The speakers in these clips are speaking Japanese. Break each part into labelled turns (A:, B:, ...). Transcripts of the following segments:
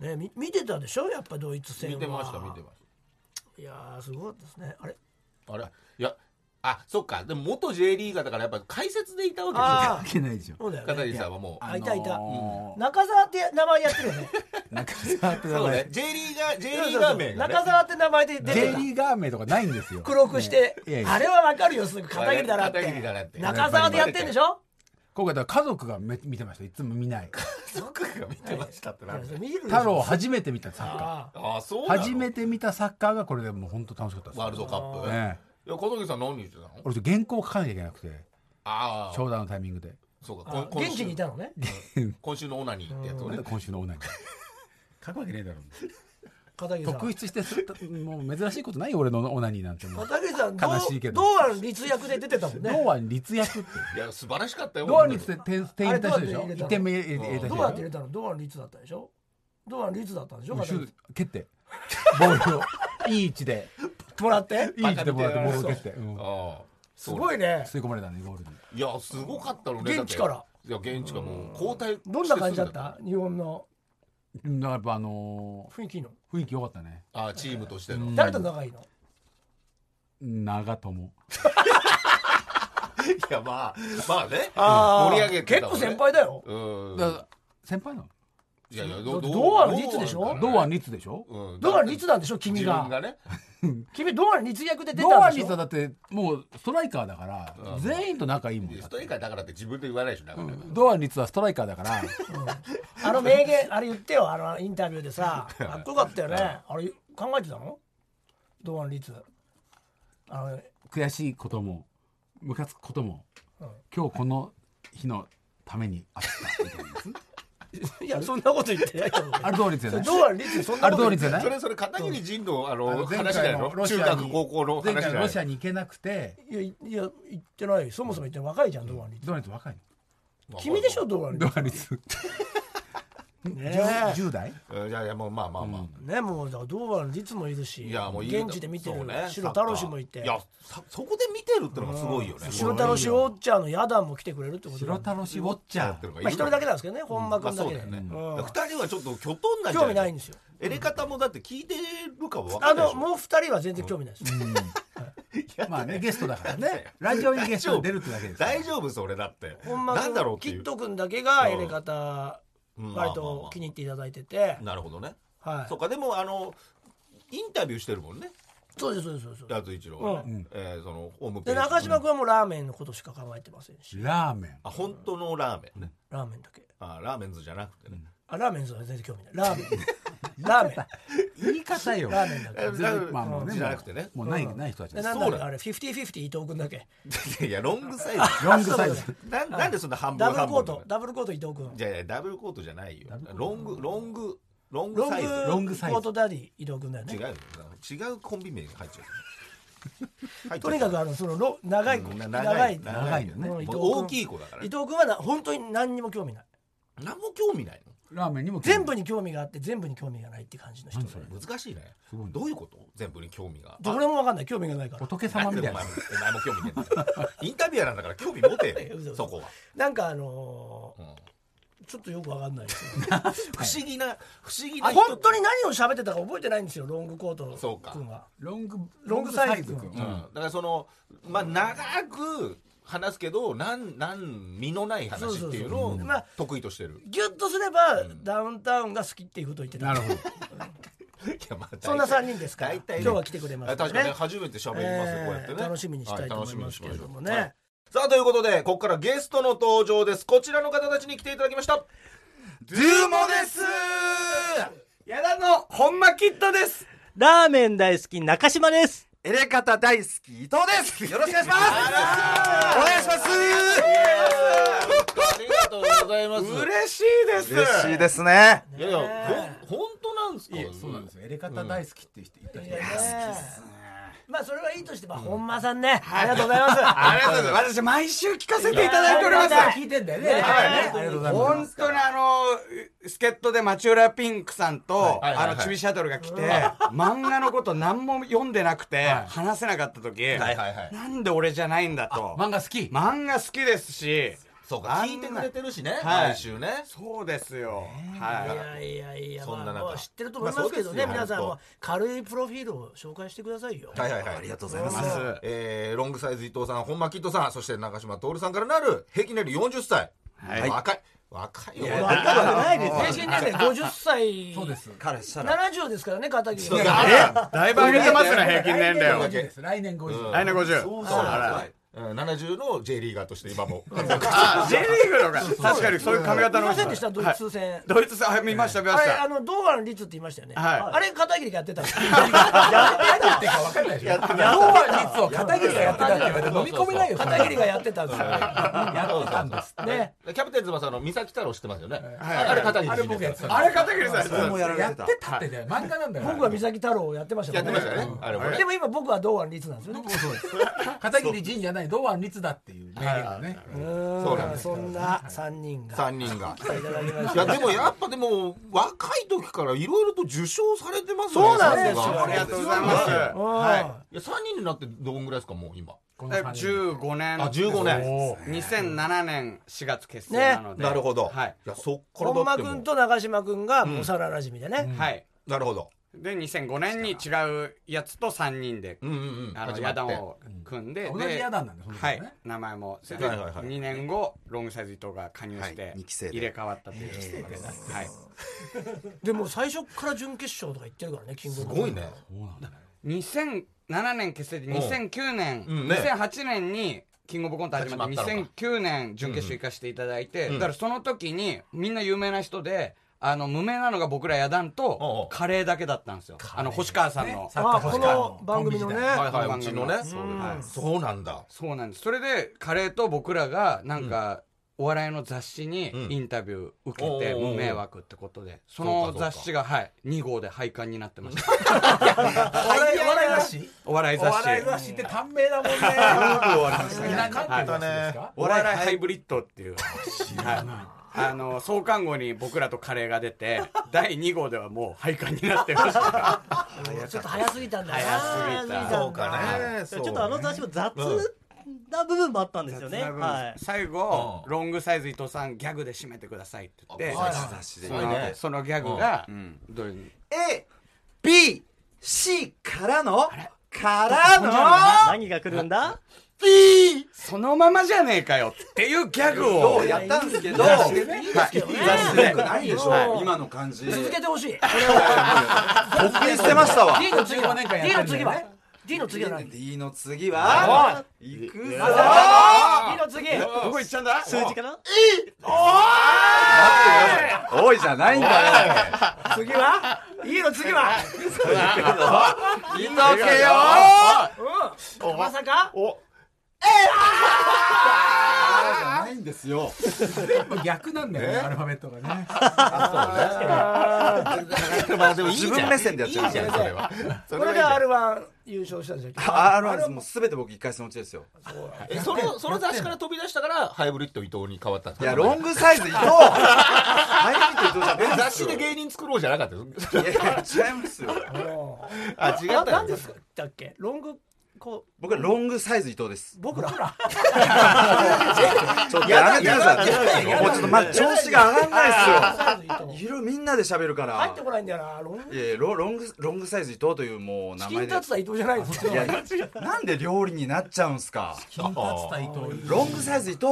A: ね、み見てたでしょやっぱドイツ戦は
B: 見てました見てまし
A: いやーすごかったですねあれ
B: たあれいやあそっかでも元 J リーガーだからやっぱ解説でいたわけ
A: あ
C: けないでしょ
A: そうだよ
B: ですよ片
A: ね
B: 桐さんはもう
A: あいたいた、
C: う
A: 中澤って名前でやってるよね
C: 中澤って名
B: そうね
C: 前
B: J リーガー J リーガー名がね
A: 中澤って名前で出
C: J
A: てた
C: リーガー名とかないんですよ
A: 黒くして、
C: いやいや
A: あれはわかるよすぐ片桐だなって
B: 片桐だなって
A: 中澤でやってんでしょ
C: 今回だから家族がめ見てましたいつも見ない
B: そっか見てましたってなる
A: いや見るでしょ
C: 太郎初めて見たサッカ
A: ああ
B: あそう
C: ー
B: なの
C: 初めて見たサッカーがこれでもう本当楽しかったです
B: ワールドカップ、
C: え
B: いや小峠さん何言ってたの
C: 俺ちょっと原稿書かなきゃいけなくて
B: あ
C: ち
B: あ
C: ょうどあのタイミングで
B: そうか
A: あ
B: こん
A: 現地にいたのね
B: 今週のオナニーってやつを
C: なん
B: ね
C: で今週のオナニー書くわけねえだろ
A: 片桐さん
C: 特筆してすもう珍しいことないよ俺のオナニーなんてもう
A: 片桐さんどう
C: 悲しいけど
A: 堂安律役で出てたもんね
C: 堂安律役って
B: いや素晴らしかったよ
C: 堂安律
B: 本
C: って点点入れた人でし
A: あ
C: ょ
A: れ
C: 1点目入れた人
A: どう
C: でし
A: やって入れ
C: ょ
A: たの堂安律だったでしょ堂安律だったんでしょ
C: もう
A: 片
C: シュー
A: 桐
C: ト蹴ってボールをいい位置で
A: さんもらって
C: いい位置でもらってボールを蹴って、う
B: 当に
C: ん
B: ああ
A: すごいね
C: 吸い込まれたねゴールに
B: いやすごかったのね
A: 現地から
B: だっていや現地がもう交代
A: どんな感じだっ
B: して
A: た日本の
C: うんだからやっぱあの
A: 雰囲気の
C: ー雰囲気良かったね
B: たああチームとしての、
A: 誰と仲いいの
C: 長友
B: いやまあまあね
A: あー
B: 盛り上げ
A: 結
B: てたも
A: 構
B: んね
A: 先輩だよ
B: うん
C: だから先輩なの
B: いやいや
A: ど
B: ど
A: 堂安律でしょ
C: 堂安律でしょ
B: うん
A: 堂安律なんでしょ君
B: 自分
A: が
B: がね
A: 君堂安律役で出
C: 堂
A: たん
C: 安
A: でし
C: 律は
A: ょ
C: だってもうストライカーだから
B: うん
C: 全員と仲いいもん
B: ストイカーだからって自分で言わないでしょだから、
C: 堂安律はストライカーだから
A: あの名言あれ言ってよあのインタビューでさかっこよかったよねあれ考えてたの堂安律あの
C: 悔しいこともムカつくことも今日この日のためにあったみ たいなやつ
A: いやそんなこと言ってないけどね
C: あれ堂安律じゃない
A: 堂安律そん
C: あ
A: な
C: れ
A: こ
C: 堂
A: と言って
C: 安律じゃない
B: それそれ片桐仁のあの
C: あの前
B: 話じゃ
C: 回
B: ない
C: の
B: の
C: ロシ
B: 中
C: アに
B: 学高校の
C: 前
B: 話じゃな
C: 回の
B: い
C: ロシアに行けなくて
A: いやいや言ってないよそもそも言ってない若いじゃん堂安律
C: 堂安律若い
A: 君でしょ堂安
C: の
A: 律
C: 堂安律
A: ねえ
C: 10代
B: うんいやいやもうまあまあまあ、
A: ねもうだから堂安律もいるし
B: いやもういい
A: 現地で見て
B: そう
A: る
B: ね
A: 白太郎氏もいて
B: いやさそこで見てるってのがすごいよね
A: 白太郎氏ウォッチャーのヤダンも来てくれるってこと
C: 白
A: だ
C: 太郎氏ウォッチ
B: や
C: ャ
B: ってる
C: ー
B: のがい
A: まあ一
B: る
A: 人
B: から
A: だけなんですけどね本間
B: まあ
A: 君だ
B: そう
A: け
B: だ
A: で
B: よね、
A: うん
B: 二人はちょっときょとんなんじゃ
A: 興味ないんですよ
B: エレ方もだって聞いてるかもわか
A: あ
B: んない
A: の
B: でしょ
A: もう二人は全然興味ないです
C: まあねゲストだからねラジオにゲストに出るってだけですから
B: 大丈夫それだって
A: 本間
B: なんだろう
A: 君
B: って
A: キ
B: い
A: ット
B: う
A: 君だけがエレガタ
B: うん
A: 割と気に入っていただいてて
B: なるほどね、
A: はい
B: そうかでもあのインタビューしてるもんね
A: そうですそうですそうです
B: ダーツ一郎はね、えーそのホームペ
A: で
B: ージ
A: 中島君はもうラーメンのことしか考えてませんし
C: ラーメン
B: あ本当のラーメンね、
A: ラーメンだけ
B: あラーメンズじゃなくてね、
A: あラーメンズは全然興味ないラー メンラーメン
C: 言い方よ
A: ラーメンだけ
B: え
C: 全然まあもうね
B: じゃなくてね
C: もうないない人たち
A: で
C: です
A: なん
B: そ
A: だろ
B: うだ
A: う
B: よ
A: あれフィフティフィフティ伊藤君だけ
B: いやロングサイズ
C: ロングサイズ
B: ななんでそんな半分
A: ダブル
B: 半
A: コー
B: 分
A: トダブルコート伊藤君
B: じゃいやダブルコートじゃないよロングロングロング
A: ロング
B: サイズ
C: ロングサイズ
A: コートダディ伊藤君だよ
B: 違う
A: ね
B: よな違うコンビ名が入っちゃう入っちゃう
A: とにかくあのそのロ長い子
B: うん
A: 長い
B: 長いよね
A: うん伊藤君
B: 大きい子だから
A: 伊藤君はな本当に何にも興味ない
B: 何も興味ない
C: ラーメンにも
A: 全部に興味があって全部に興味がないって感じの人
C: 何それ
B: の難しいね
C: すごいね
B: どういうこと全部に興味が
A: どれも分かんない興味がないから
C: 仏
B: な
C: 様
B: ん
C: み
B: で
C: た
B: お前
C: い
B: も
C: な
B: お前も興味ねえんだよ インタビュアーなんだから興味持て
A: 嘘
B: よ
A: 嘘
B: そこは、
A: なんかあのー
B: うん
A: ちょっとよく分かんないですよ
B: 不思議な不思議な人
A: 本当に何を喋ってたか覚えてないんですよロングコートの
B: そうか
A: 君は
C: ロング
A: ロングサイズ
C: ロ
B: う
C: ング
B: んだからそのまあ長く話すけどなんなん身のない話っていうの
A: そうそう
B: を
A: そうまあ
B: 得意としてる
A: ギュッとすれば、ダウンタウンが好きっていうことを言ってた
C: なるほど
B: いやまあ大体
A: そんな三人ですから
B: 大体ね
A: 今日は来てくれますんでね
B: 確かにね初めて喋りますね、
A: えー
B: こうやってね
A: 楽しみにしたいと思いますけれどもね
B: は楽しみにしましょうさあということでここからゲストの登場ですこちらの方たちに来ていただきました
D: ズーモです矢田の本間キットです
E: ラーメン大好き中島です。
D: エレカタ大好き伊藤ですよろしくお願いしますお願いし
B: ありがとうございます
D: ます嬉しいですね
B: いやいやほ
C: 出方大好きっていう人いた人
A: ねまあそれはいいとして、まあ本間さんね、ありがとうございます。
D: ありがとうございます。私、毎週聞かせていただいております。
A: 聞いてんだよね。
D: はい
A: ありがとうございます。
D: 本当にあの助っ人で町浦ピンクさんと、
B: はいはいはい
D: あのチビシャトルが来て、漫画のこと何も読んでなくて、話せなかった時、
B: はいはいはい
D: なんで俺じゃないんだと
C: 漫画好き
D: 漫画好きですし
B: そうか
D: あんな
B: 聞いてくれてるしね、
D: はい
B: 毎週ね
D: そうですよ、
A: い
D: は
A: や
D: い
A: いやいや、
B: そんな中
A: まあまあ知ってると思いますけどね、
B: まあそう
A: 皆
B: ですよ
A: さんも軽いプロフィールを紹介してくださいよ。
B: はいはいはい、ありがとうございます、えーロングサイズ伊藤さん本間キッドさんそして中島徹さんからなる平均年齢40歳、
D: はい
B: 若い若いよ
D: や
A: 若くはないですよ。精神年齢50歳。
C: そうです
D: 彼したら
A: 70ですからね、片桐
B: そう
A: さん。
B: だ
F: だいぶ上げてますね、平均年齢を。
C: 50です来年50、
F: 来年50。
B: そう
F: あら
B: うん70の J リーガーとして今 も活躍
F: あ、J リーグのか。確かにそういう髪型
A: 見
F: の
A: ま。せんでした、ドイツ戦。
D: ドイツさんはい見ました見ま
A: あ
D: し
A: れ、
D: た
A: あの、堂安律って言いましたよね。
F: はい
A: あれ、片桐がやってたんですよ。
C: 堂安律を 片桐がやってたって言われて飲み込めないよそんな
A: 片桐がやってたんですよ。
C: やってたんです
A: ね。
B: キャプテン翼の三崎太郎知ってますよね、あれ片桐
C: あれ僕やってた
B: や
C: んです
F: あれ、片桐さんやってたん
D: も
F: で
D: うや
F: す
D: られ
C: やって
D: た
C: てたってね漫画なんだよ
A: 僕は三崎太郎をやってました
B: ってましたよね、あれもね
A: でも今僕は堂安律なんですよね。
C: 僕もそうです片桐仁じゃない堂安律だっていう名言がね
B: そうなんです
A: そんな3人が。
B: 3人がいやでもやっぱでも若い時からいろいろと受賞されてますね
A: そうなんですよ
B: さが
D: ありがとうございま
A: う
D: す
A: ん
B: いや3人になってどんぐらいですかもう今
C: この
D: え
C: 3人
D: 15年
B: あ15年
D: 2007年4月結成なので、
B: なるほど、
D: はい、
B: やそっからだ
A: 本
B: っ
A: 間
B: てもう
A: 君と長嶋君が幼なじみでね。
D: はい、
B: なるほど
D: で2005年に違うやつと3人で
B: うんうんうん
D: あの
B: 始ま
D: 野
B: って
D: 団を組んで、
C: 同
D: で
C: じ野団なんでその時
D: は
C: ね
D: い名前もそれ
B: はいはいはい
D: 2年後ロングサイズ伊藤が加入して、
F: はい二期生で
D: 入れ替わったという、はい、
A: でも最初から準決勝とか行ってるからね、キング
B: す
A: オブ
B: ごい。ね
D: 2007年結成で2009年、
B: うんね
D: 2008年にキングオブコント始まって
B: 始まっ
D: 2009年準決勝行かせていただいて、
B: ん
D: だからその時にみんな有名な人であの無名なのが僕ら野団
B: おうおう
D: とカレーだけだったんですよあの星川さんの、
A: あ、この番組のね。
B: はい
D: この
B: はい
D: 番
B: う
D: 組
B: ちのね
D: そうですはい
B: そうなんだ
D: そうなんですそれでカレーと僕らがなんか、お笑いの雑誌にインタビュー受けて
B: うんおー
D: 無迷惑ってことで
B: そ
D: そ
B: う
D: の
B: かそうか
D: 雑誌がはい2号で廃刊になってました
C: お笑いお笑い雑誌
D: お笑い
C: お
D: 雑誌
C: 笑い雑誌って短命だもんね何ていう雑誌ですか
D: お笑いハイブリッドっていう、はい、あの創刊号に僕らとカレーが出て第2号ではもう廃刊になってました
A: ちょっと早すぎたんだよな。
D: 早すぎた
A: んだ
B: そうかね
E: ちょっとあの雑誌も雑な部分もあったんですよね。はい。
D: 最後、
B: う
D: ロングサイズ伊藤さんギャグで締めてくださいって言って
B: す
D: そ
B: ごい
D: の
B: ね
D: そのギャグが、どういう
F: A、B、C からの、
E: な
F: からの、
E: 何が来るんだ
F: B!
D: そのままじゃねえかよっていうギャグを
F: をやったんですけど、よくないでしょ、今の感じ。
A: 続けてほしい。
F: 特訓してましたわ
A: D の次は
C: 15年間や
A: D
C: って
A: の
C: んだ
A: 次
C: よ
A: は
C: ね
A: D の次は何
F: D の次は、いくぞ
A: ?D の次。
D: どこ行っちゃうんだ
E: 数字かな
F: おいじゃないんだよ。
A: 次は ?E の次は
F: いいだけよ
A: うん。まさか
F: じゃないんですよ。
C: 全部逆なんだよねアルファベットがね
B: まあでもいいじゃ
F: 自
B: ん
F: 分目線でやっちゃう
B: いいじゃんそれは
A: これで R1 優勝したんじゃん。
F: あるんです。もうすべて僕一回そのうちですよ。
B: えそのその雑誌から飛び出したからハイブリッド伊藤に変わったんです
F: い
B: か
F: や、ロングサイズ伊藤ハイブリッド伊藤じゃねえん
B: 雑
F: す
B: 誌
F: よ
B: で芸人作ろうじゃなかったです
F: いや、違いますよ。
B: あ違
A: な
B: った
A: なん
B: よ
A: ですかだっけロングこう
F: 僕はロングサイズ伊藤です。
A: 僕ら
F: ちょっとやめてください。もうちょっとまだ調子が上がんない
A: サイズいいと思う
F: ですよ。いろいろみんなで喋るから。
A: 入ってこないんだよなロング
F: いやいやロロングロングサイズ伊藤というもう名
A: チキン
F: 前で
A: タツタ伊藤じゃないです
F: い
A: よ
F: やなんで料理になっちゃうんすか
C: 金髪対伊藤
F: ロングサイズ伊藤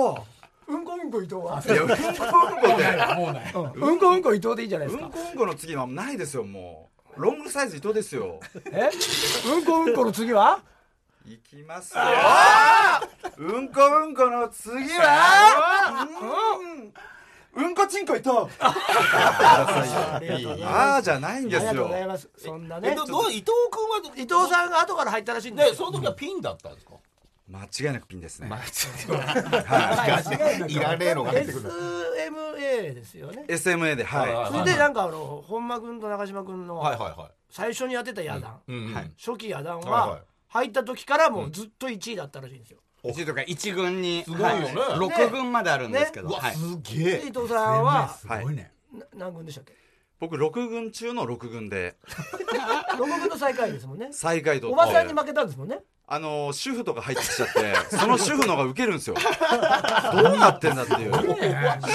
A: うんこうんこ伊藤はい
F: やうんこうんこで
C: もうない
A: うんこうんこ伊藤でいいじゃないで
F: う
A: す
F: ん
A: か
F: こうんこの次はないですよもうロングサイズ伊藤ですよ
A: えうんこうんこの次はい
F: きますようんこうんこの次はうんうんこちんこ伊藤
A: ありがとうございます
F: ああーじゃないんで
A: ありがと
F: す
A: う
F: よ
A: ございますそんな
B: え
A: ね
B: どどう伊藤君は
A: 伊藤さんが後から入ったらしいんで
B: ね
A: すよ
B: その時はピンだったんですか
F: 間違いなくピンですね。
A: 間違いなく
B: いらねえのが入ってくる
A: SMA ですよね
F: SMA で、は
A: それでなんかあの本間君と長嶋君の
B: はいはいは
A: 最初にやってた野団、
B: いうんうん
F: はい
A: 初期野団
B: はいはい
A: は入った時からもうずっと1位だったらしいんですよ、
D: 一とか一軍にす
B: ごいよね
D: 6軍まであるんですけど、
B: うわ
D: はい
B: す
A: で
B: げえ
A: 伊藤さんは
C: すごいね。
A: な何軍でしたっけ
F: い。僕6軍中の6軍で
A: 六軍の最下位ですもんね
F: 最下位と
A: おばさんに負けたんですもんね
F: あのー主婦とか入ってきちゃってその主婦のがウケるんですよ どうなってんだっていう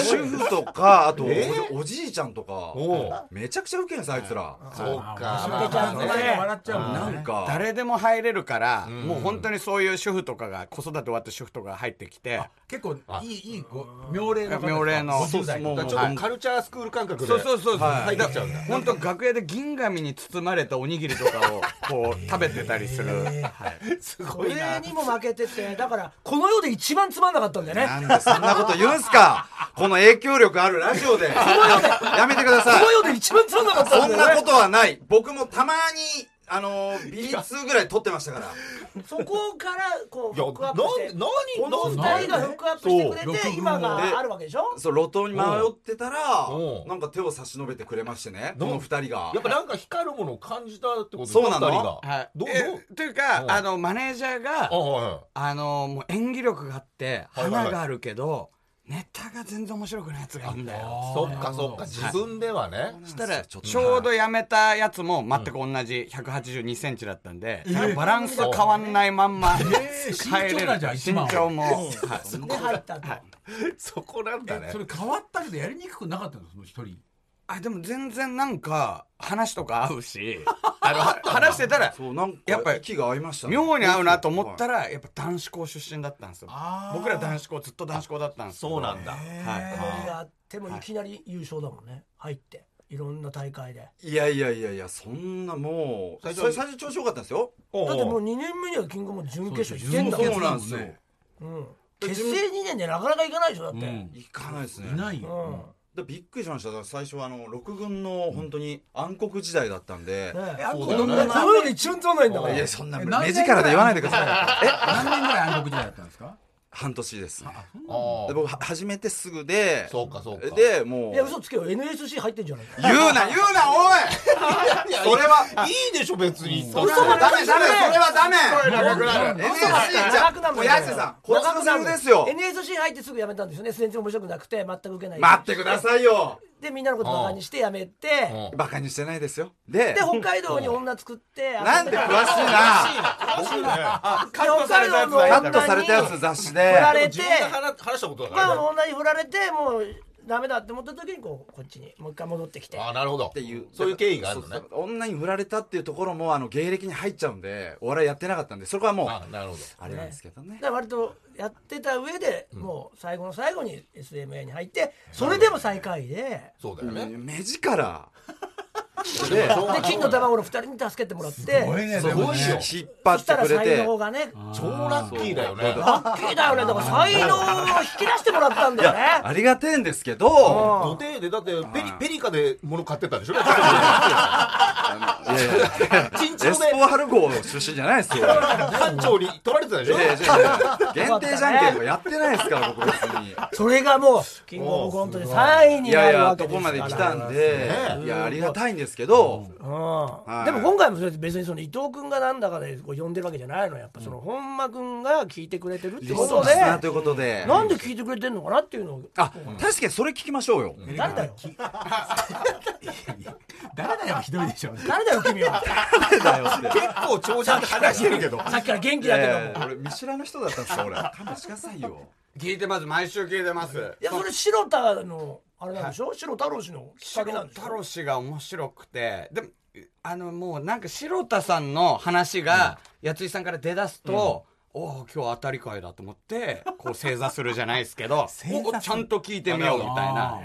F: 主婦とかあとお,、
B: え
F: じいちゃんとか
B: おう
F: めちゃくちゃウケるんですあいつら
B: そうか
A: あー
B: まあ
A: まあ
B: ね
C: 笑っちゃうもんね
F: なんか
D: 誰でも入れるから、もう本当にそういう主婦とかが子育て終わった主婦とかが入ってきて
C: 結構いいいいこう妙齢の方ですか
D: 妙齢の
C: 50代
D: もう
B: だからちょっとカルチャースクール感覚で
D: そうそうそうそう、
B: 入ってきちゃうんだ
D: 本当楽屋で銀紙に包まれたおにぎりとかをこう食べてたりする、はい
B: すごいな
A: 俺にも負けててだからこの世で一番つまんなかったんだよね
F: なんでそんなこと言うんすかこの影響力あるラジオでやめてくだ
A: こ
F: さい
A: の世で一番つまんなかった
F: そ
A: ん
F: ん
A: だ
F: な
A: よ
F: こ
A: ね
F: とはない僕もたまにあのー B2 ぐらい取ってましたから
A: そこからこう
B: いや
A: フックアップして
B: なん
A: この
B: 何
A: 2人がフックアップしてく
C: そう
A: れ
C: 六
A: て
C: 軍
A: 今
F: で
A: があるわけでしょ
F: そう路頭に迷ってたら
B: おう
F: なんか手を差し伸べてくれましてねこの二人が
B: やっぱなんか光るものを感じたってこと
F: そうなの
B: 二人が
D: はい、
B: どう
D: え
B: どう
D: というか
B: うん
D: あのマネージャーが
B: あはいはい
D: あのもう演技力があって
B: はいはい
D: 花があるけど、ネタが全然面白くないやつがいいんだよ
B: そっかそっか自分ではね
D: そしたら
F: ち
D: ち
F: ょ
D: ょ
F: っと
D: うどやめたやつも全く同じ1 8 2ンチだったんで、そのバランス変わんないまんま、
C: えー
D: 帰れる
C: 身長なんじゃん一
D: 身
C: 番は
D: 長も、はい
A: で入ったと
B: そこなんだね
C: えそれ変わったけどやりにくくなかったのその一人。
D: あでも全然なんか話とか合うしあの話してたら
F: そうなんか
D: やっぱり
F: 息が合いましたね
D: 妙に合うなと思ったらやっぱ男子校出身だったんですよ
C: あー
D: 僕ら男子校ずっと男子校だったんですけど
B: そうなんだ
D: はい
A: ノリがあってもいきなり優勝だもんね入っていろんな大会で
F: いやいやいやいやそんなもう
B: 最
F: 最
B: 初
F: 初最初調子良かったんですよ
B: お
A: だってもう
B: う
A: 2年目にはキングオブキングも準決勝行
C: そ
A: ってんだもん
F: そうなんですよ
A: うん結成2年でなかなかいかないでしょだって、
C: うん。
F: 行かないですね
C: いない
A: うん
C: よ。
F: でびっくりしましただから最初はあの6軍の本当に暗黒時代だったんで、
A: ねえ
B: そう
A: こ
B: だよね
A: の世で一番つまんないんだから
F: いやそんな
C: え何
F: 目力で言わないでくださいえ
C: 何年ぐらい暗黒時代だったんですか。
F: 半年ですね
B: あ
F: で
B: ー
F: 僕は始めてすぐで
B: そうかそうか
F: でもう
A: いや嘘つけよ NSC 入ってんじゃないか
F: 言うな言うなおいそれはい
B: いでしょ別に
F: それ はダメダメそれはダメ
D: 長くなる
F: NSC じゃ
A: 長くなる
F: もうやせさんこれのセリフですよ
A: NSC 入ってすぐ辞めたんですよね全然面白くなくて全く受けない
F: 待ってくださいよ
A: でみんなのことバカにして辞めて
F: バカにしてないですよで
A: で北海道に女作って
F: なんで詳しい
A: 北海道の女
F: なカットされたやつの
A: に
F: 雑誌
A: 振
F: で
A: られて
B: 自分が話話したことだ
A: 北海道
B: から
A: の
B: ね
A: 女に振られてもうダメだって思った時にこうこっちにもう一回戻ってきて
B: あーなるほど
F: っていう
B: そういう経緯があるのね
F: そうそう女に振られたっていうところもあの芸歴に入っちゃうんでお笑いやってなかったんでそこはもう
B: あ
F: あ
B: ーなるほど
F: れなんですけどね
A: だから割とやってた上で、もう最後の最後に SMA に入ってそれでも最下位で
B: そうだよね
F: うん目力
B: でも
A: で金の卵の2人に助けてもらって
C: ね
B: すごいよ
F: 引っ張
A: そ
F: っ
A: してたら
F: くれ
A: 才
F: て
A: 能がねラ
B: 超ラッキーだよね
A: ッキーだよねだから才能を引き出してもらったんだよね
F: ありがてえんです けど
B: 土手でだってペリペリカで物買ってたでしょ
F: いやいや
B: チンチ
F: エ
B: ロ
F: ス
B: で
F: ポハル号出身じゃないですよ
B: 班長に取られてたでしょ
F: いやいやいや限定じゃんけんとかやってないですから僕別に
A: それがもうキングオブコントで3位
F: い
A: に
F: や
A: ないる
F: や
A: わけ
F: ど
A: です
F: こ
A: か
F: ま
A: ら
F: で来たんで
B: ね
F: いやありがたいんですけど
A: うんでも今回もそれ別にその伊藤君がなんだかでこう呼んでるわけじゃないのやっぱその本間君が聞いてくれてるって
F: リ
A: こ
F: ス
A: とで
F: ナーということで
A: なんで聞いてくれてんのかなっていうのを
F: あ確かにそれ聞きましょうよ
A: 誰だよ
C: 誰だよひどいでしょ。
A: 誰だよ君は
F: 誰だよって
B: 結構長尺話してるけど
A: さっきから元気
F: い
A: だ
F: や
A: けども、
F: いや俺見知らぬ人だったんですよ俺勘弁してくださいよ
D: 聞いてます毎週聞いてます
A: いやそれ白田のあれなんでしょ、白太郎氏のきっかけなんでしょ
D: 白田郎氏が面白くてでもあのもうなんか白田さんの話がやついさんから出だすと、おお今日当たり会だと思ってこう正座するじゃないですけどおおちゃんと聞いてみようみたいな、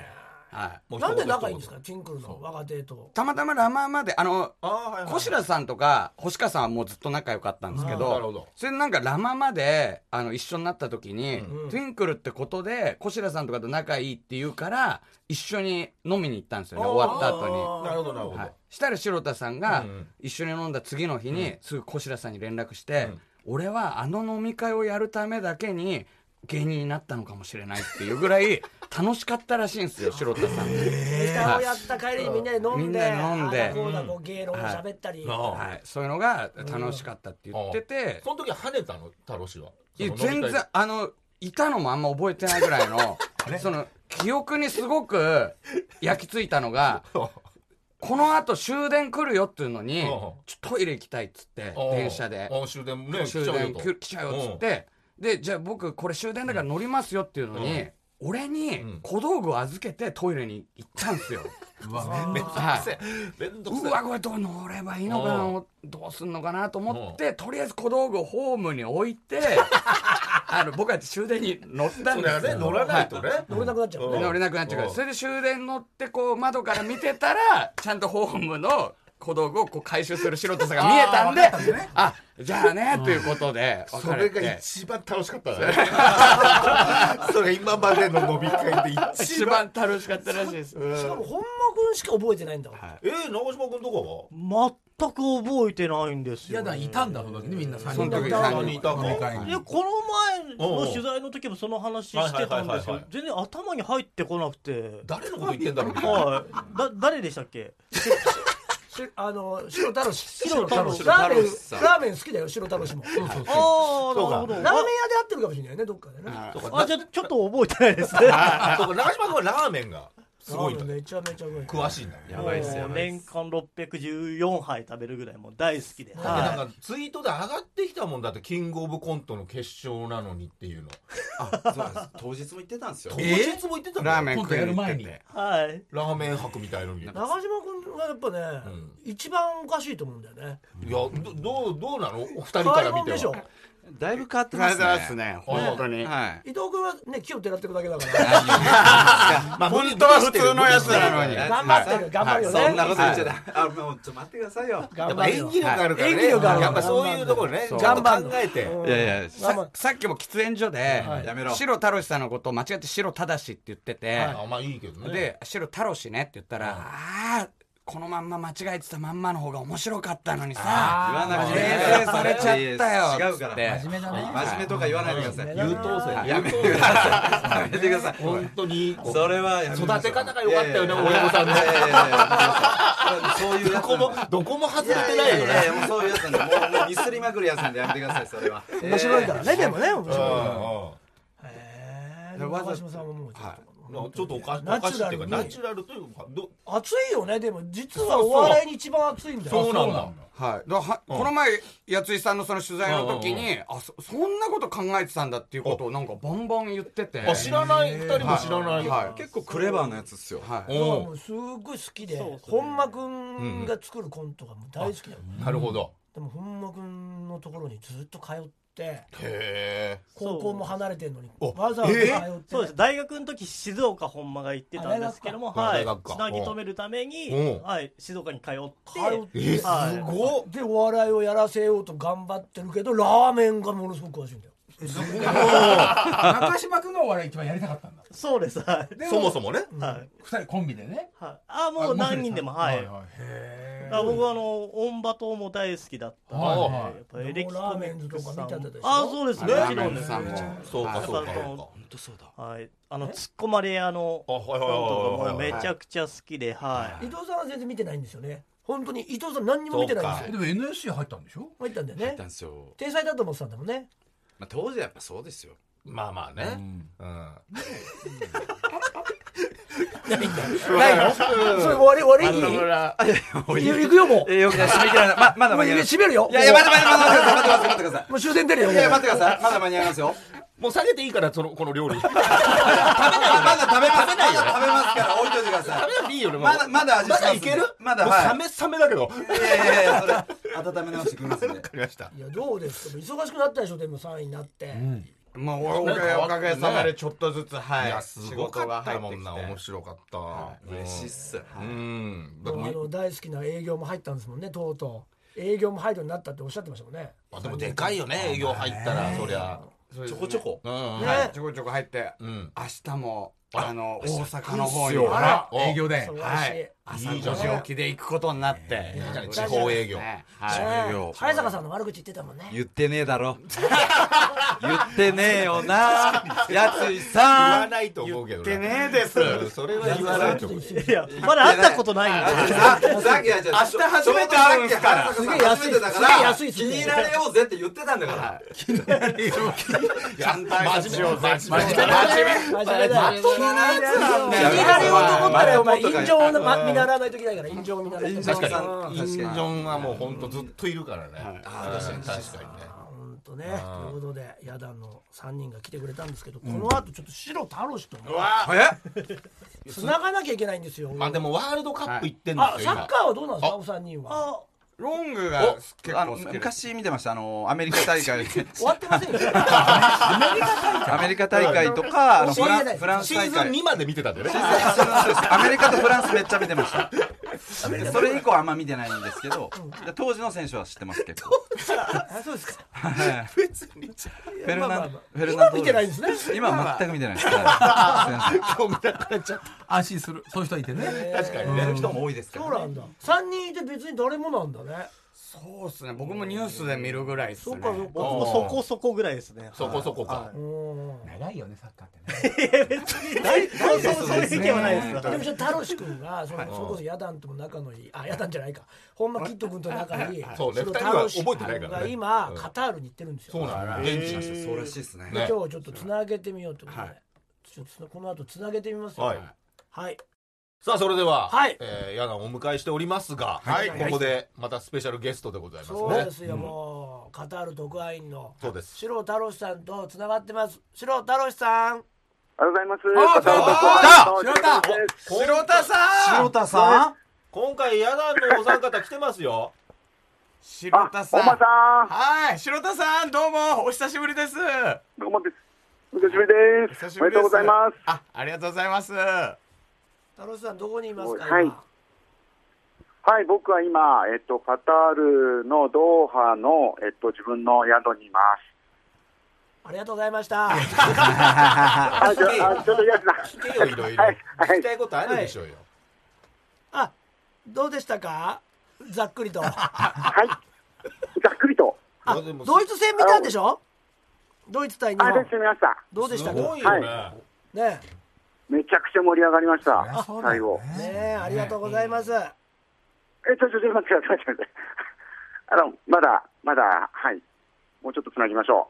D: はい、
A: なんで仲いいんですかキンクルの若手と
D: たまたまラ・マまであの
B: あーはいはいはい
D: 小白さんとか星川さんはもうずっと仲良かったんですけ
B: うんなる
D: ど
B: ほど
D: それでなんかラ・マまであの一緒になった時に、トゥインクルってことで小白さんとかと仲いいって言うから一緒に飲みに行ったんですよね終わった後に。
B: なるほどなるほど
D: はい、したら城田さんが
B: うん
D: 一緒に飲んだ次の日にすぐ小白さんに連絡して「俺はあの飲み会をやるためだけに芸人になったのかもしれないっていうぐらい楽しかったらしいんですよ白田さん。
A: ネタをやった帰りにみんなで飲んで
D: みんな飲んで
A: ああだこうだこう芸論を喋ったり、
B: あ
D: はい、そういうのが楽しかったって言ってて、
B: その時跳ねたの太郎氏は。
D: いや
B: その飲み
D: 全
B: 会
D: 然あのいたのもあんま覚えてないぐら いのその記憶にすごく焼き付いたのがこのあと終電来るよっていうのに
B: うん
D: ちょトイレ行きたいっつって
B: うん
D: 電車で
B: うん終電ね、来ち
D: 終
B: ゃうよ
D: 電
B: と。
D: 来ちゃうよっつってでじゃあ僕これ終電だから乗りますよっていうのに俺に
B: ん
D: 小道具を預けてトイレに行ったんですよ。
C: うわめっち
D: はい
B: めんどく
D: う
B: せえ
D: わこれどう乗ればいいのか
B: う
D: などうすんのかなと思ってとりあえず小道具をホームに置いてあの僕は終電に乗ったん
B: そ
D: で
B: れは
D: す
B: ね、
D: よ
B: 乗らないとね。
A: 乗れなくなっちゃうね、
B: うん
D: 乗れなくなっちゃうから
B: うん
D: それで終電乗ってこう窓から見てたらちゃんとホームの小道具をこう回収する素人さんが見えたんであじゃあねということで
B: そ
D: 別
B: れ
D: れ
B: が
D: て
B: 一番楽しかったね。それが今までの飲み会で一
D: 一
B: 番。
D: 番楽しかったらしいです
A: しかも本間君しか覚えてないんだから、
B: えー、長島君ど
E: 全く覚えてないんですよ、
C: やだいたんだその時ねみんな3人
D: その
B: こ
D: 時三
B: は
D: 人
B: にいた
C: 飲み
B: か
C: 会
E: い
C: に
E: やこの前の取材の時もその話してたんですけ
B: はいはいはいは
E: ど
B: い
E: 全然頭に入ってこなくて
B: 誰のこと言ってんだろうみたいな。
E: はいだ誰でしたっけ
A: しあの白太郎氏
E: 白太郎氏
A: ラーメン
D: 白太郎氏さん
A: ラーメン好きだよ白太郎氏もラーメン
C: そうそうそう
E: ああ
B: そうか
E: なるほど
A: 屋で会
E: あ
A: ってるかもしれないねどっかでね
D: あ
E: あ じゃあちょっと覚えてないですね
B: そうか長島君はラーメンがすごいんだ
A: ラーメンめ
B: ね。
A: ちゃめちゃうまい
B: 詳しいんだね。
D: やばいっす
E: も
D: よ
E: う年間614杯食べるぐらいもう大好きで、
B: だって
E: は
B: なんかツイートで上がってきたもんだってキングオブコントの決勝なのにっていうの
F: あそうなんです当日も行ってたんですよ
B: 当日も言ってたんだよ
D: ラーメン
C: コント
D: 食い
C: やる
D: に行っ
C: 前
D: て
C: に
D: て
E: い、はい、
B: ラーメン博みたいのにいや
A: 長島君がやっぱね、
B: ん
A: 一番おかしいと思うんだよね
B: どどうどうなのお二人か
A: 変わ
B: ら見て
A: り者でしょ
B: は
F: だいぶ変わって
D: あ
F: ま
D: りがとうございま
F: すね
D: すね本当に
F: はい
A: 伊藤君はね木を照らってるだけだから
B: まあ
D: 本当は普通のやつなの に
A: 頑張ってる頑張るよね、
F: そんなこと言っちゃだあもうちょっと待ってくださいよ
B: やっ
A: 頑
B: ぱ
A: 張る
B: 演
A: よ
B: 技力あるからね、
A: はい演技力ある
B: やっぱそういうところねち
D: そう
B: ゃんと考えて
A: 頑張る
F: いやいや
D: ささっきも喫煙所で、
A: はい
F: やめろ
D: 白太郎さんのことを間違って白正しって言ってて、
B: あまあいいけどね
D: で白太郎ねって言ったら、ああこのまんま間違えてたまんまの方が面白かったのにさ
F: 言わなく
D: 冷
F: ていい
D: 静されちゃったよ
F: 違うから
D: っつっ
F: 真
D: て
F: 面目だね真面目とか言わないでください
B: 優等生
F: や
B: 優
F: め
B: 等
F: て
B: 生
F: くださいやめてください
B: 本当にいい子
F: それはやめましょう
B: 育て方が良かったよね
F: いやいや
B: 親御さんの
F: いやいやいやそういう
B: ど
F: やつ
B: こもどこも外れてないよね
F: いやいやもうそういうやつなんでもうもうミスりまくるやつなんでやめてくださいそれは
A: 面白いからね、でもね面白いから
B: う
A: へえ
F: わざ
A: 長島さんはもうちょっと、
B: んうんちょっとおかし
A: ナ
B: おか
A: チ
B: し
A: ュ
B: い
A: ラル
B: っていう
A: に
B: かナチュラルというかど
A: 熱いよねでも実はお笑いに一番熱いんだよ
B: そうなんだ
D: はい、だからはこの前やついさんのその取材の時に、あそそんなこと考えてたんだっていうことをなんかバンバン言ってて
B: あ知らない二人も知らない、
D: は
F: 結構クレバーなやつっすよ
D: は
A: だか
D: い、
A: らも
B: お
A: うすごい好きで
E: そうですね
A: 本間君が作るコントがもう大好きだよ、
B: おなるほど
A: でも本間君のところにずっと通って
B: へえ
A: 高校も離れてんのに
B: お
A: わざわざ通って、
E: そう です大学の時静岡本間が行ってたんですけども、
B: あ
E: は
B: 大
E: い
B: 学、か
E: つなぎ止めるために、
B: うん
E: はい、静岡に通って
A: 通って
B: えす
E: はい
B: ごっ
A: でお笑いをやらせようと頑張ってるけどラーメンがものすごく詳しいんだよ
C: 中島君がお笑い一番やりたかったんだ
E: そうですはい、
B: そもそもね
E: はい
C: 2人コンビでね
E: はい、あもう何人でもはい、
C: へ
E: あ僕はあのオンバトも大好きだった
C: はい
E: ので、
C: はい
E: やっぱエレキコミックスさん
A: でもラーメンズとか見てた
E: も
A: でしょ
E: あそうですね
D: ラ
E: も
D: ー
E: ち
D: メ
E: ろん
D: ン
E: です
D: さんも
B: そうかそうか
E: やっぱ
B: そう
E: あ
B: か
E: のはいあのツッコまれ屋
B: あ
E: のコン
B: はい
E: ト
B: はいはいはい
E: がもうめちゃくちゃ好きではい
A: 伊藤さんは全然見てないんですよね本当に伊藤さん何にも見てないんですよ
C: えでも NSC 入ったんでしょ
A: 入ったんだよ
F: 入っ
A: ね
F: たんですよ
A: 天才だと思ってたんだもんね
F: まあ当時はやっぱそうですよ
B: まあまあねうん
A: ないのそれ終わり終わりに行くよもう
F: えよくない締め切らないままだ
A: もう
F: 間に
A: 指
F: 合います
A: 閉めるよ
F: いやいや待って待って待って待って待って待ってください
A: もう終電出るよ
F: いやいや
A: もう
F: 待ってくださいまだ間に合いますよ
B: もう下げていいからそのこの 料理食べ
F: まだ食べますまだ食べますから置いといてください
B: なくていいよねもう
F: まだまだ味し
B: ま
F: ます
B: だいける
F: まだ
B: もう
F: はい
B: サメサメだけど
F: いやいやいやそれ温め直してくれますんで
B: りました
A: いやどうですか忙しくなったでしょでも3位になって、
D: まあ、おかげおかげさまでちょっとずつ、はいい、
B: やすごかったもんな
D: 仕事が入ってきて
B: 面白かった
F: 嬉しいっす
B: うんだ
A: で
B: って
A: もあ
B: もう
A: の大好きな営業も入ったんですもんねとうとう営業も入るようになったっておっしゃってましたもんね
B: あでもでかいよね営業入ったらそりゃ
F: ちょこちょこ
B: うんうん
D: はい、ちょこちょこ入って、
B: ん
D: 明日も、
B: あ
D: あの、
B: 明日
D: 大阪の方に、
B: 来るんすよ
D: は
C: 営業で
A: 忙しい、
D: い、はい朝5時起きで行くことになって
B: いいじゃん地方営業
D: ね
A: ね
D: はい
A: え早坂さんの悪口言ってたもんね
F: 言ってねえだろ 言ってねえよなやついさ
B: わ
F: ん
B: ないと思うけ
D: 言
B: ど
D: っ
B: な
D: てねえです
B: うんそれは言わないと思う
E: いや、まだ会ったことない よ。
F: さっきはじゃあ
D: 明日初めて会うんすから
F: ちょうどさっき原坂さん初めてだか
A: すげえ
F: ら
A: 安いっす
F: 気
A: ね
F: に入られようぜって言ってたんだから
D: ちゃんと挨拶を全部
A: 真面目だよ
D: ね
A: 逃げられようと思ったらお前
F: まあ
A: 陰情をま見習わないといけないから陰情を見習わないと
B: 確
A: に
B: かにインジョンはもう本当ずっといるからね確かにね
A: 本当ねということでヤダの三人が来てくれたんですけどこの後ちょっと白太郎氏とも繋がなきゃいけないんですよ
B: まあでもワールドカップ行ってんで
A: あ
B: すよ
A: サ
B: 今
A: ッカーはどうなんですかお三人は
D: ロングが結
F: あ
D: 構
F: の
D: 好きです
F: 昔見てましたあのアメリカ大会
A: 終わってませんよ
F: アメリカ大会とかあのフランフランス
B: シー
F: 大
B: ズン
F: 会
B: 2まで見てたんだよね
F: アメリカとフランスめっちゃ見てましたでそれ以降あんま見てないんですけどで当時の選手は知ってますけど
A: あそうですか
F: フェルナンフェルナン
A: 今
F: ド
A: 見てないんですね
F: 今は全く見てないですはいすいま
C: 安心するそういう人いてね
B: 確かに
F: せ
B: ね
F: んそういう人も多いですけ
A: そ
F: ど
A: うなんだ三人いて別に誰もなんだね
D: そうですね僕もニュースで見るぐらいです
A: そ
D: ね
A: っかそっか
E: 僕もそこそこぐらいですね。
B: そこそこか
A: うん
C: 長いよねサッカー ってね
E: はい。 そうそうそういう意見はないです。
A: でもちょっと太郎志くんがそのそれこそヤダンとも仲のいいあヤダンじゃないか本間キッド君と仲のいい
B: そうね
A: の
B: 二人は
A: 太郎志くん
B: 覚えてないから
A: が
B: ね
A: 今
B: うん
A: カタールに行ってるんですよ
B: そうなの現地なんですよ
F: そうらしいですね
A: で
B: ね
A: 今日ちょっとつなげてみようってことで、
D: はい
A: ちょっとそのこの後つなげてみますよ
B: はい
A: はい
B: さあそれでは
A: はい
B: えーヤダンをお迎えしておりますが
A: い
B: ここでまたスペシャルゲストでございます
A: そう
B: ね
A: ですよ、もうカタール特派員の
B: そうです
A: 白太郎志さんとつながってます白太郎志さん
G: ありがとうございます。
C: あ
G: 白田
D: 白田さん
F: 白田さん
B: 今回ヤダンのお三方来てますよ
D: 白田さん
G: おばさん、
D: はい白田さんどうもお久しぶりです
G: どうもです。お久しぶりです。
D: 久し
G: お
D: ぶ
G: め
D: り
G: でとうございます。
D: あありがとうございます
A: 太郎志さんどこにいますか
G: はい
A: 今
G: はい、僕は今、えっと、カタールのドーハの、えっと、自分の宿にいます。
A: ありがとうございました
G: あ、ちょ、あちょっと嫌です
B: 聞けよいろいろ
G: はいはい
B: 聞きたいことあるでしょうよ
A: あどうでしたかざっくり と
G: な。はい。ざっくりと。
A: あ
B: いやでも
A: ドイツ戦見たんでしょドイツ対日
G: あ、で
A: 本
G: すみました。
A: どうでし
B: す
A: たか
B: ごい
A: ね
B: よね
A: ね
G: めちゃくちゃ盛り上がりました。
C: そうだ
G: 最
C: よ
G: 後。
C: ね
A: えありがとうございます
G: え、ちょ、ちょ、ちょ、待って待って待って待って。あの、まだ、まだ、はい。もうちょっとつなぎましょ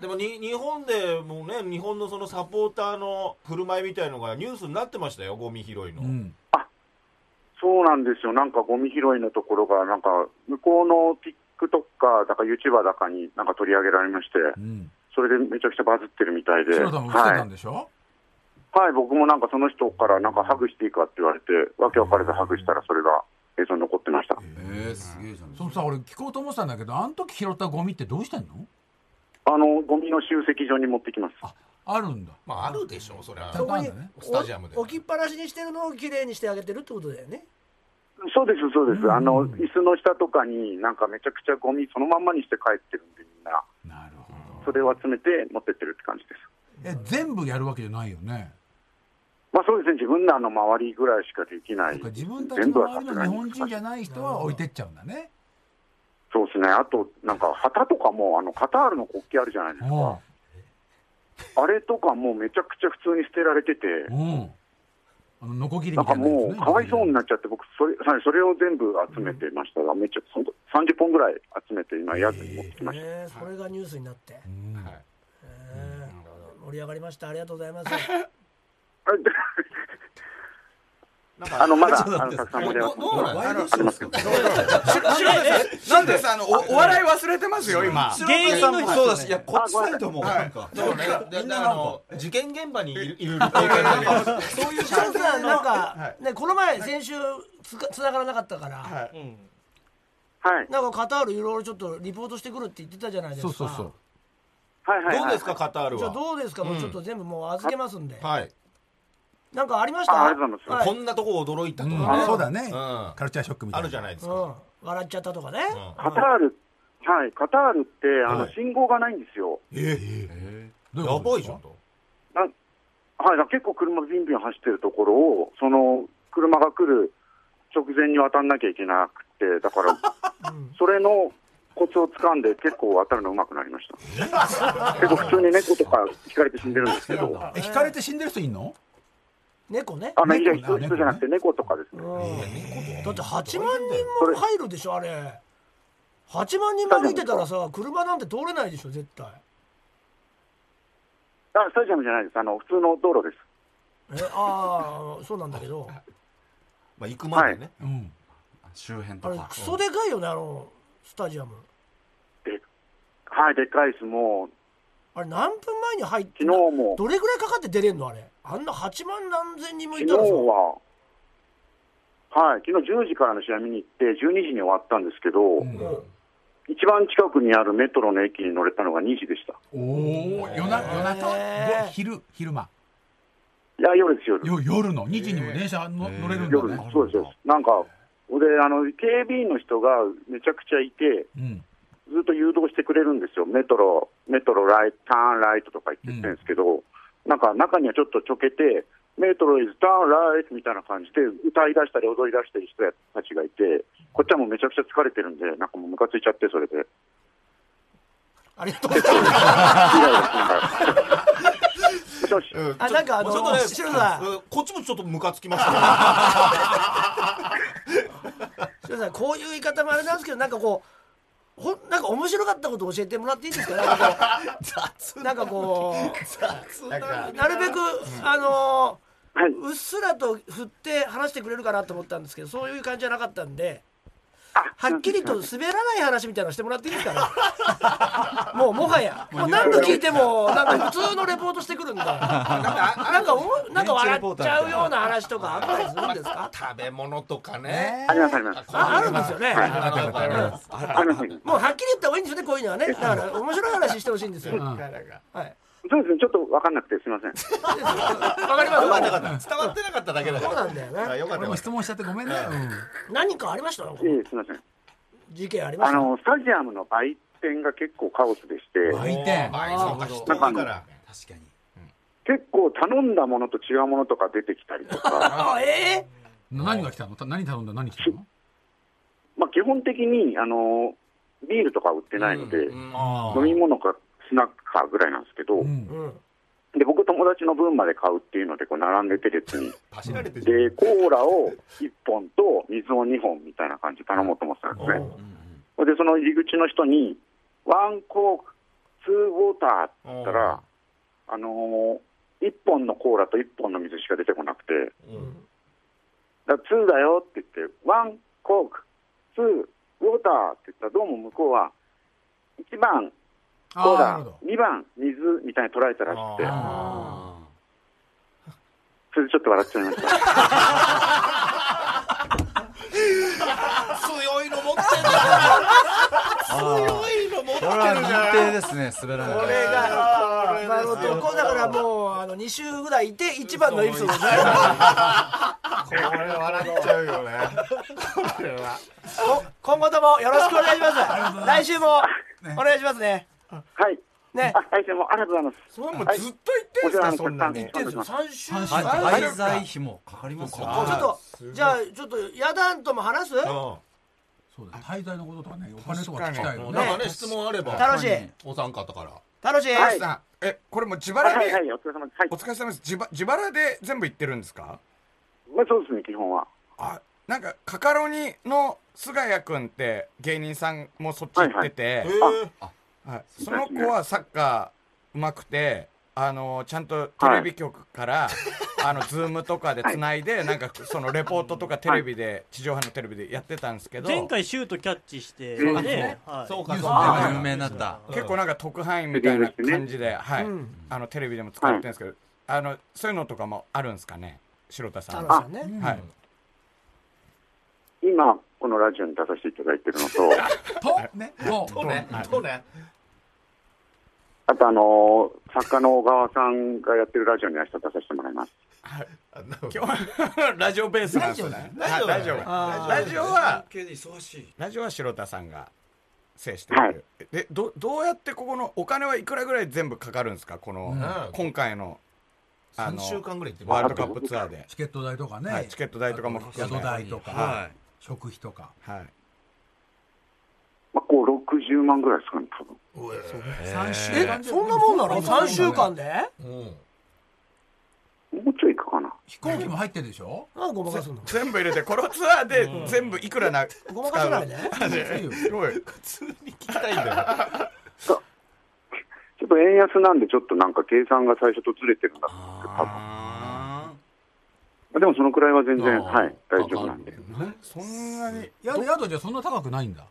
B: でもに日本でもね日本のそのサポーターの振る舞いみたいのがニュースになってましたよゴミ拾いの、
C: うん
G: う。そうなんですよ。なんかゴミ拾いのところが、なんか、向こうの TikToker だか YouTuber だかになんか取り上げられまして。
C: うん
G: それでめちゃくちゃバズってるみたいで、
C: 白田も映ってた
G: は
C: んでしょ
G: い、はい、僕もなんかその人からなんかハグしていいかって言われて、わけ分かれてハグしたら、それが映像に残ってました。
F: えーすげえじゃん
C: そのさ俺聞こうと思ってたんだけどあの時拾ったゴミってどうしてんの
G: あのゴミの集積所に持ってきます。
C: あるんだ
B: まああるでしょうそりゃ
A: そこに
C: なんだね
A: お
B: スタジアムで
A: 置きっぱなしにしてるのをきれいにしてあげてるってことだよね
G: そうです、そうです、あの椅子の下とかに、なんかめちゃくちゃゴミそのまんまにして帰ってるんで、みんな、
C: なるほど
G: それを集めて持ってってるって感じで
C: え
G: す。
C: 全部やるわけじゃないよね
G: まあそうですね、自分らの周りぐらいしかできな
C: そ
G: い、
C: うか自分たちの周りの日本人じゃ
G: ない
C: ない人は置いてっちゃうんだね
G: そうですね、あとなんか旗とかも、あのカタールの国旗あるじゃないです
C: うん
G: か、あれとかもうめちゃくちゃ普通に捨てられてて。
C: うんあのノコギリ
G: な
C: みたい
G: んか
C: なやつね
G: もう、かわいそうになっちゃって、僕それ、はいそれを全部集めてましたが、めっちゃ、その30本ぐらい集めて、今、やに持ってきました。
A: ねそれがニュースになって
C: うん
B: はい
A: えー盛り上がりましたありがとうございます
B: なん
G: あ
B: か
G: の、まだ、
F: ちょっと
G: あ
F: 待って
G: の、たくさん盛り上がって
B: どうなん
F: ワイドショーですか
D: なんでさあのおお笑い忘れてますよ今
F: 芸人のそうだしいやこっちサイトも
B: はい
F: なんか
B: そうねで
F: みん
B: で
F: な
B: あ
F: なんか
B: の事件現場にいるいるっていう感じで
F: そういう
A: ちょっとさなん
D: は
A: かねこの前先週つかつながらなかったから
D: はい
G: はい。
A: なんかカタールいろいろちょっとリポートしてくるって言ってたじゃないです
C: そ
A: か
C: うそうそう
G: はいはいはい。
B: どうですかカタール
A: じゃあ
B: は
A: どうですかもうちょっと全部もう預けますんで
B: はい、
A: なんかありました
G: あありがとうございます
B: こんなとこ驚いたとか、
C: うんそうだね
B: うん
C: カルチャーショックみた
B: あ
C: いな
B: るじゃないですか、
A: うん、笑っちゃったとかね、
G: カタール、はい、カタールって、あの、信号がないんですよ。
C: どう
B: や
C: うこと
B: ばい
C: です
B: じ
C: か
B: ゃんと
G: なんはい、だから結構車ビンビン走ってるところを、その、車が来る直前に渡んなきゃいけなくて、だから、それのコツを掴んで、結構渡るの上手くなりました。結構普通に猫とか引かれて死んでるんですけど、
C: え引かれて死んでる人いんの
A: 猫ね。
G: あの、いや、
C: 猫
G: 人
C: だ
G: 人じゃなくて猫とかですね。
A: だって8万人も入るでしょあれ8万人も歩いてたらさ車なんて通れないでしょ絶対
G: あ、スタジアムじゃないです。あの、普通の道路です。
A: えああそうなんだけど
B: まあ、行くまでね、
C: うん
D: 周辺
A: あ
D: と
A: れ
D: か
A: クソでかいよねあのスタジアム
G: はい、でっかいです。もう、
A: あれ何分前に入って
G: 昨日も
A: どれぐらいかかって出れんのあれあんな8万何千人もい
G: 昨
A: た
G: 日
A: らさ
G: は、はい、昨日10時からの試合見に行って、12時に終わったんですけど、一番近くにあるメトロの駅に乗れたのが2時でした。
C: おお夜な夜中
A: へー
C: ご昼昼間
G: いや、夜です、夜。
C: よ夜の2時にも電車の、乗れる
G: 夜
C: ん
G: で
C: だね
G: す、そうです、そうです。なんか、で、あの、警備員の人がめちゃくちゃいて、
C: うん
G: ずっと誘導してくれるんですよ。メトロ、メトロライト、ターンライトとか言ってるんですけど、なんか中にはちょっとちょけて、メトロイズ、ターンライトみたいな感じで歌い出したり踊り出したり人たちがいて、こっちはもうめちゃくちゃ疲れてるんで、なんかもうムカついちゃって、それで。
A: ありがとうございます
G: よし、
B: うん
A: あなんかあの
B: ちょっとね
A: シルバー
B: うんこっちもちょっとムカつきました
A: すいませんこういう言い方もあれなんですけどなんかこうほんなんか面白かったこと教えてもらっていいですかなんかこうなんかこうなるべくあのー
G: はい。
A: うっすらと振って話してくれるかなと思ったんですけどそういう感じじゃなかったんではっきりと滑らない話みたいなのしてもらっていいですかね もうもはやもう何度聞いてもなんか普通のレポートしてくるんだなんかおもなんか笑っちゃうような話とかあったりするんですか
B: 食べ物とかね
G: あります、あります。
A: ああるんですよね
B: あのやっぱり
G: あります。
A: もうはっきり言った方がいいんですよねこういうのはねだから面白い話してほしいんですよ、はい
G: そうですね、ちょっと分かんなくてすみません。
A: わかります
B: よ
A: わ
B: か
A: かり
B: ったよ
A: ま
B: か
A: す
B: った伝わってなかっただけだ
A: そう
B: よ
A: なんだよ
B: あ
A: ね
B: よかったよ
C: 俺も
B: かっ
C: 質問しちゃってごめんね、
A: 何かありましたなんか
G: いえいえすみません。
A: 事件ありまし
G: あ
A: た
G: の、スタジアムの売店が結構カオスでして、
C: うん、開い
B: た
C: て
B: あそうか人だから
G: 結構頼んだものと違うものとか出てきたりとか、
A: あえ
C: 何が来たのた何頼んだ何来たの
G: まあ基本的に、あの、ビールとか売ってないので、
B: あ
G: 飲み物かスナックかぐらいなんですけど、
C: うん
A: えうん
G: で、僕友達の分まで買うっていうので、こう並んでて列に。
B: 走られてる
G: で、コーラを1本と水を2本みたいな感じで頼もうと思ってたんですね。それで、その入り口の人に、ワンコーク、ツーウォーターって言ったら、あのー、1本のコーラと1本の水しか出てこなくて、だから2だよって言って、ワンコーク、ツーウォーターって言ったら、どうも向こうは、1番コー
C: ああな
G: ラ
C: るほど、
G: 2番水みたいに捉えたらしくて、
C: あ
G: それでちょっと笑っちゃいました。
B: 強いの持ってる強いの持って
D: こ
B: る
D: れは認定ですね滑ら
B: こ
D: ない
B: れが
A: なるほどこうだからもうあの2週ぐらいいて一番のエピソードですね
B: これ笑っちゃうよねこれは
A: こ今後ともよろしくお願いします来週もお願いしますね
G: はい。
A: ね
G: あ、来週もありがとうございます。
B: それもずっと言ってんすかそんなに
G: お世話になってます
A: 3週
C: あ
D: はい
C: は
D: 滞在費もかかりますよ
A: ちょっとじゃあちょっとヤダンとも話す
C: そうだ滞在のこととかねお金とか聞きたいよ
B: うん
C: ね
B: なんかね質問あれば
A: 楽しい
B: お三方から
A: 楽しい
G: はい
D: さんえこれもう自
G: は
D: 腹
G: いはい
D: で
G: はい、お疲れ様です。はい
D: お。疲れ様です自腹自腹で全部行ってるんですか
G: まあそうですね、基本は。
D: あなんかカカロニの菅谷君って芸人さんもそっち行ってて、はい
B: え
D: その子はサッカーうまくてあのちゃんとテレビ局から、あのズームとかでつないで、なんかそのレポートとかテレビで、地上波のテレビでやってたんですけど
E: 前回シュートキャッチして
G: そうです
E: ねはい
B: そうか
C: ニュース
B: そう
C: の
B: か
C: ね
D: 有名になった結構なんか特派員み
G: み
D: た
G: た
D: い
G: い
D: な
G: な
D: 感
G: 感
D: じで、はい、あのテレビでも使ってるんですけど、あのそういうのとかもあるんですかね城田さんは、
A: 楽しいね
D: はい、
G: 今、このラジオに出させていただいてるのと、
C: とねと
B: そうねそうね
G: あとあのー作家の小川さんがやってるラジオに明日出させてもらいます。
D: 今日 ラジオベースなんですね
B: ラジオだ
D: ラ
B: ね
D: ジオが
A: あー
D: ラジオは
F: 忙しい
D: ラジオは城田さんが制している、
G: はい
D: でどどうやってここのお金はいくらぐらい全部かかるんですかこの、
B: うん
D: 今回のあ
B: 3
D: の
B: 週間ぐらい行って
D: ワー
B: ま
D: ル
B: す
D: ドカップツアーで、
C: チケット代とかね、
D: はいチケット代とかも含
C: 宿
D: め
C: 代とか、
D: は
C: 食費とか
D: はい、
G: まあ、こう60万ぐらいですかね、多分
C: 3週
A: えそんなもんなの3週間で
B: うん
G: もうちょいいくかな。
C: 飛行機も入ってるでしょ
A: なんでごまかすの
D: 全部入れてこのツアーで全部いくらな、
A: ごまかしないで
C: いいよ
D: すごい
B: 普通に聞きたいんだよ
G: ちょっと円安なんで、ちょっとなんか計算が最初とずれてるんだ。
H: あ
G: でもそのくらいは全然、
H: あー
G: はい、大丈夫なんで。
D: そんなに
C: 宿宿じゃそんな高くないんだ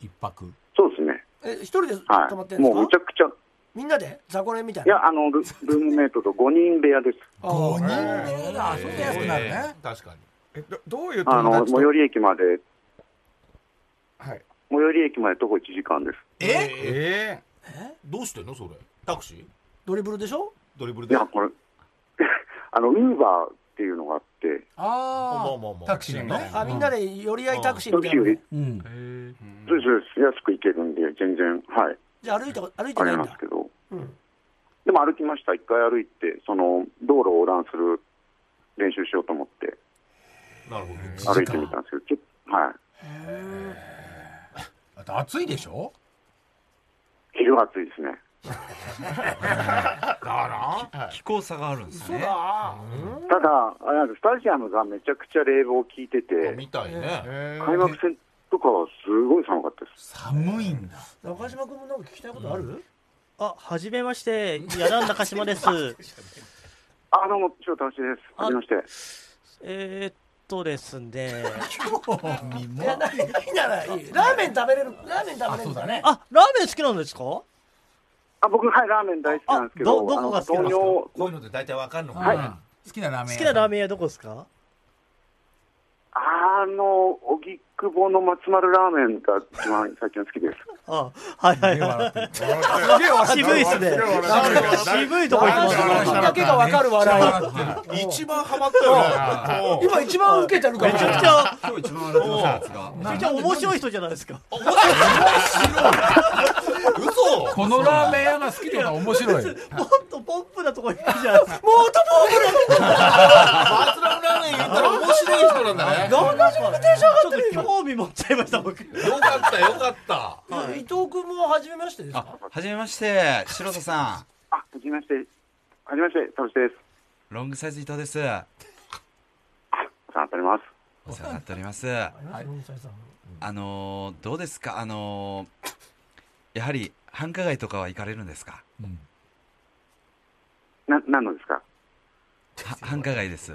C: 一泊
G: そうですね。
A: え一人で
G: は
A: 泊まって
G: い。
A: んで
G: も
A: す
G: う
A: か
G: むちゃくちゃ、
A: みんなで雑魚寝みたい
G: い
A: な
G: や、あの、ルルームメイトと5人部屋です。
A: あー
C: 人目だそれで安くなるね、
B: 確かに
D: えどどういう
G: あ
D: 友
G: の、
D: 達
G: 最
D: と
G: 寄り駅まで、
D: はい
G: 最寄り駅まで徒歩1時間です。
B: え
D: え
B: どうしてんのそれタクシー
A: ドリブルでしょ
B: ドリブル
G: い
B: で
G: や、これ、 あの、ウーバーっていうのがあって、
B: ま
C: あ
B: あまあま
C: あ
B: あ
C: タクシーのね
A: あみんなで寄り合いタクシー
G: タ
A: み
G: ク
A: た
G: シ
A: い
G: ー
A: な
G: より、
C: うん
G: そうです、そうです安く行けるんで、全然、はい、
A: じゃあ歩いて歩いて
G: あ
A: な
G: れ
A: いん
G: なん
A: だ
G: ですけど。
A: うん
G: でも歩きました、一回歩いて、その、道路を横断する練習しようと思って、
B: なるほど
G: 歩いてみたんですけど、ちょっと、はい。
C: だって暑いでしょ
G: 昼暑いですね。
E: 気候差があるんですね。
G: ただ、あれなんですスタジアムがめちゃくちゃ冷房効いて
B: あみ
G: て、
B: たいね
G: 開幕戦とかはすごい寒かったです。
C: 寒いんだ
A: 中島君もなんか聞きたいことある
E: あ、はじめまして、矢田中島です。
G: あ、どうも、ちょっと楽しいです。
E: あ
G: はじめまして。
E: えーっとですね。
A: いやないないならいいラーメン食べれるラーメン食べれるんだね
E: あ、ラーメン好きなんですか。
G: あ、僕、はい、ラーメン大好きなんですけ
E: あど
G: ど、
E: どこが好きなん
G: あの
E: ですか
G: 糖
B: こういうので大体わかんのか
C: うん
B: な
C: 好きなラーメン
E: 好
C: 屋
E: きなラーメン屋どこですか。
G: 尿あの、荻窪の松丸ラーメンが一番最近好きです。
E: あ、はいはいはい。渋いっすね。渋いとこ行きます
A: 中島
E: ね。
A: 君だけがわかる笑い
B: 一番ハマったよね
A: 今一番受けてるから
E: めちゃくちゃ、
F: 今日一番笑ってましたやつが
E: めちゃくちゃ面白い人じゃないですか。
B: 嘘
C: このラーメン屋が好きとか面白い
E: もっとポップなとこ行くじゃないですか。も
B: バーツラムラーメン言ったら面白い人なんだねよ
E: う、中島君テンション上がってる。興味持っちゃいました、僕。
B: かったよかった
A: 伊藤君も初めましてですか
F: あはじめまして白田さ
G: あ、はじめまして。はじめまして、楽しいです。
F: んロングサイズ伊藤ですお
G: お世話になっております。
F: 世話になっておりますあのーどうですかあのーやはり繁華街とかは行かれるんですか
G: な、何のですか
F: は繁華街です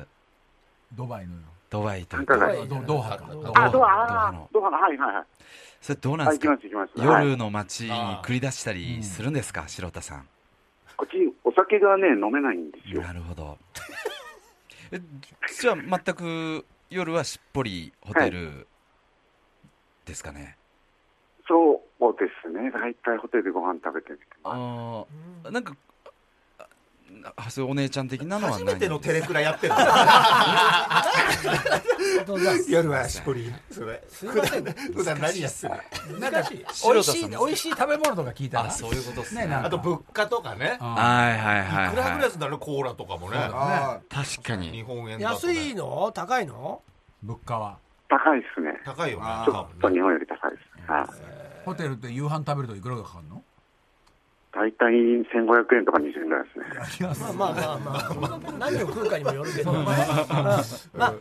C: ドバイのよ
F: ドバイと
G: 繁
F: いう
G: 華
F: か
G: 街。
C: ドドーハかド
G: あ、ド
C: ハ
G: ア、あードアの、はいはいはい。
F: それどうなん
G: あ、
F: で
G: 行
F: す
G: き
F: か、
G: ます行きます。はい
F: 夜の街に繰り出したりするんですか、白田さん
G: こっち、お酒がね、飲めないんですよ。
F: なるほどえじゃあ全く夜はしっぽりホテルですかね、
G: そうですね。大体ホテルでご飯食べてみて。
F: ああなんかああそういうお姉ちゃん的なのはない
B: 初めてのテレクラやってる夜はしこりそれすいません普段何やってる
C: なんか美
F: 白
C: 味
F: 田
C: し
F: さ
C: い
F: ん
C: 美
F: も
C: 味しい食べ物とか聞いたら
F: あそういうことっすね
C: ねなんか
B: あと物価とかね
F: はいはいはい
B: いくらぐらい
F: は
B: すんだろうコーラとかもね
D: あ
F: 確か
B: 日
F: に
B: 本円だ
A: 安
B: とね
A: いの高いの
C: 物価は
G: 高いですね。
B: 高いよね
G: ちょ
B: 多
G: っと
B: 分
G: 日
B: ね
G: 本より高いです。はい。
C: ホテルで夕飯食べるといくらがかかるの
G: 大体1500円とか2000円ぐらいですね。
A: まあまあまあまあ何を食うかにもよるけどまあまあ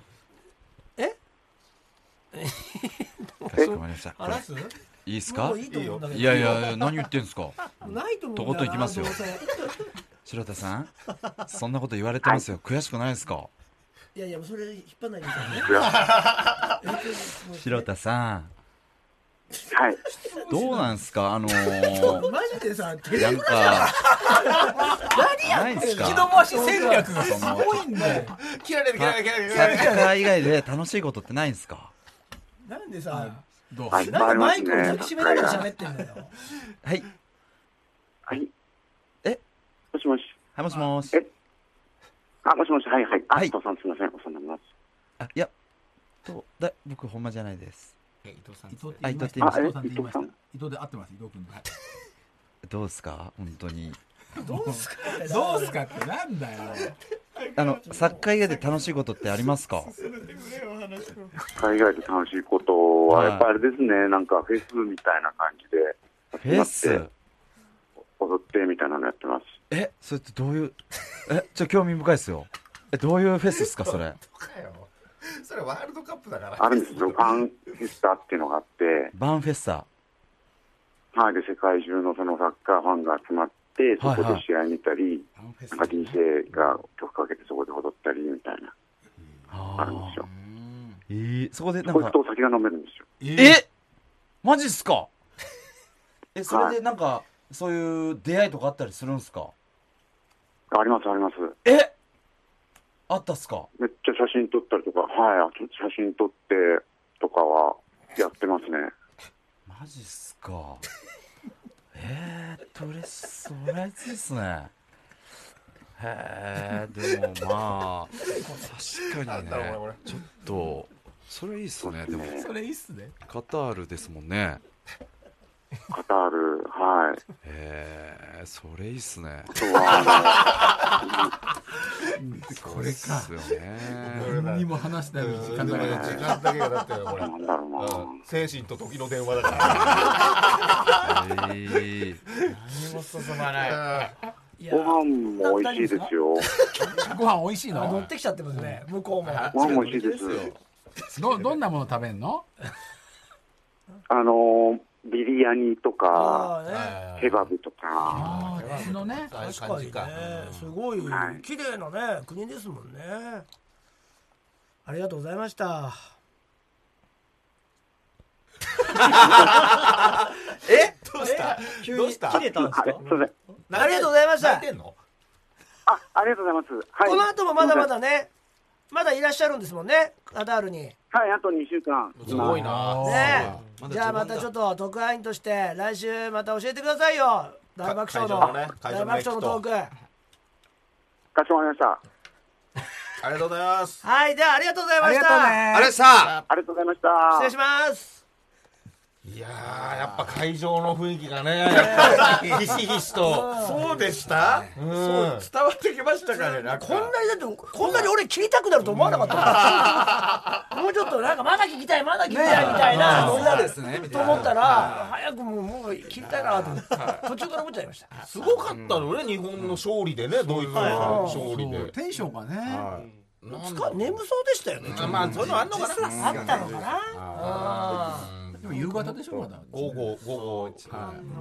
F: かしこまりましたこれ
A: 話す
F: いいです
A: も
F: か
A: ういいと思うんだけど
F: いやいや何言ってんすか
A: ないと思うんだよな
F: とことん行きますよ
A: どうせ
F: 白田さんそんなこと言われてますよ悔しくないですか
A: いやいやそれ引っ張らないでくださいね
F: 白田さん
G: はい。
F: どうなんすかあの
A: マジでさ手
F: なんか何やないんすか
C: 回し戦略がすごいんだよ
B: 切られる切られる切られる切られ
F: サッ
B: る
F: カー以外で楽しいことってないんすか
A: なんでさ
C: ドー
G: は
C: ハ
G: い、いっ
A: なん
G: ぱい
A: か
G: ありま
A: マ
G: す
A: イクを抱きしめながら喋
G: ね。
A: ってんのよ
F: はい
G: はい。
F: え
G: もしもし。
F: はいもしもし
G: えあ、もしもし。はいはい。あ、
F: はい
G: 伊藤さんすみません。お世話になります。
F: あいやとだ僕ほんまじゃないです
B: 伊藤さん
C: 伊藤って
F: あ
C: 言
F: 伊
C: い
F: 藤
C: ま
F: っ
C: してた
F: 言いま
G: した
C: 伊藤さんって言いました
G: あえ
C: 伊藤で合ってます伊藤君で
F: どうですか本当に
A: どうすか
C: どうすかってなんだよ。
F: あの、サッカー以外で楽しいことってありますか
G: 海外で楽しいことは、やっぱりあれですね、なんかフェスみたいな感じ
F: フ
G: で、
F: ェ
G: 集ま
F: ス
G: って踊ってみたいなのやってます。
F: え、それってどういう、え、ちょ、興味深いですよ。え、どういうフェスですか、それ。
B: それワールドカップだから
G: あるんですよ、ファンフェスタっていうのがあって、
F: バンフェスタ。
G: はい、で世界中のそのサッカーファンが集まって、そこ
F: はいはい
G: で試合見たり、なんか DJ が曲かけてそこで踊ったりみたいな、あるんですよ。
F: えー、そこでな
G: そ
F: ん
G: こ行
F: か
G: く、とお酒が飲めるんですよ。
F: えマジっすかえ、それでなんか、そういう出会いとかあったりするんすか
G: あります、あります。
F: えあったっすか
G: めっちゃ写真撮ったりとか、はい、写真撮ってとかはやってますね。
F: マジっすか。 えーっと、れ、それっすね。へえ、でもまあ、確かにね、ちょっと、それいいっすね。でも、
C: それいいっすね。
F: カタールですもんね。
G: カタール、 はい。
F: へえ、それいいっすね。
G: そうは
C: これか。
F: そうっすよね。
C: 何にも話しないのに時
B: 時
C: 間だから。
B: 間だけがだってこれ
G: あの、なんだろうな。
B: うん精神と時の電話だから
F: えー
G: ご飯も美味しいですよ。
C: ご飯美味しい
A: 乗っ
C: の。
A: てきちゃってますね向こうも
G: ご飯も美味しいです。
C: ど、どんなもの食べんの。
G: あの、ビリヤニとか、
A: ああね
G: ケバブとか、
C: ああ、私のね。
B: ああいう
A: 確
B: 感
A: か
B: じ
A: に
B: か
A: ねすごい綺麗なね国ですもんねありがとうございました
B: どうした
A: 急
B: どう
A: に
B: した
A: 切れたんです
G: はい、
A: か
G: すいません。
A: ありがとうございました
B: 泣いてんの
G: あ、ありがとうございます。はい。
A: この後もまだま。だねまだいらっしゃるんですもんねカタールにね
G: はい、あと2週間。
B: すごいな
I: まだ序盤だ
A: じゃあまたちょっと特派員として来週また教えてくださいよ大爆笑の
B: 会場のね会場
A: 大
B: の
A: 爆
B: ね
A: 笑のトーク
G: かしこまりました。
B: ありがとうございます
A: はいではありがとうございま
C: あり
A: し
C: がとう
A: た
C: ね。
D: あれさ
G: ありがとうございました。
A: 失礼します
B: いやーやっぱ会場の雰囲気がねやっぱりひしひしとそうでしたうん
D: 伝わってきましたかねなんか
A: こんなにだってこんなに俺切りたくなると思わなかった もんもうちょっとなんかまだ聞きたいまだ聞きたいみたいな
D: そうなんですねみ
A: と
D: たい
A: 思
D: な
A: ったら早くもうもう聞きたいなと思って途中から思っちゃいました
B: すごかったのね日本の勝利でねドイツの勝利
C: そう
B: で
C: テンションがね。
B: なんだ
A: か眠そうでしたよねちょっ
B: まあそういうのあんのかな
A: とあったのかな
C: でも夕方でしょまだ。
B: 午後午後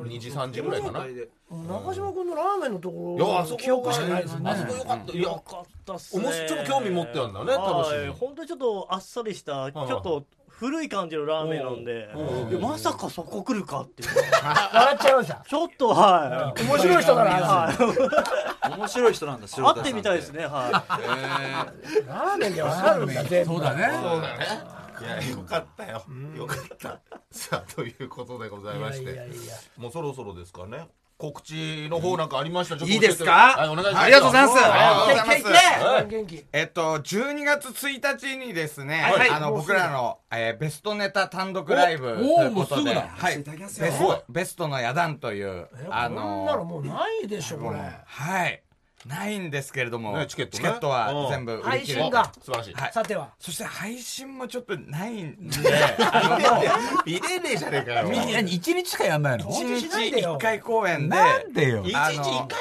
B: 2時3時ぐらいかな
A: 中島君のラーメンのとこ
B: い
A: ろ
B: やあそこ
A: 記憶しかないですもんね
B: あそこよかったいや
E: よかったっす
B: お
E: ね
B: もしちょっと興味持ってたんだね
E: は
B: 楽し
E: い
B: み
E: 本当にちょっとあっさりしたちょっと古い感じのラーメンなんでいやまさかそこ来るかっていう
A: 笑っちゃいました
E: ちょっとは
A: 面白い人だ
E: い
A: な
E: は
F: 面白い人なんだ、
E: い
F: 白
E: 会ってみたいですねはい
A: ラーメンでわかるんだ全部
C: そうだね。
B: そうだねいやよかったよよかったさあということでございまし
A: いやいや
B: て
A: いや
B: もうそろそろですかね告知の方なんかありましたちょっと教え
D: いい
B: て
D: ですか
B: はいお願いします
D: ありがとうございます
B: は
D: ありがとうございます
A: 元気
D: えっと、12月1日にですね、
B: はい
D: あの、僕らの、えーベストネタ単独ライブと
C: おお
D: いうこと
C: もうすぐ
D: で、
C: だ
D: はい、ベス
B: すごい
D: トベストの野団という、あ
A: あのこんなの
D: の、
A: もうないでしょこれ
D: はい、ないんですけれども、
B: ねチケットね
D: は
B: うん
D: 全部売り切
A: 配信
D: れて
A: が
B: 素晴らしい
D: はい
A: さては
D: そして配信もちょっとないんで、
B: 入れねえじゃねえかよ
C: み何一日しかやんないの。
D: 1
A: しない
D: 日
A: でよ
D: 1回公演で、
C: なんでよ
B: 一。
D: あ
B: 日一回公
D: の
B: 演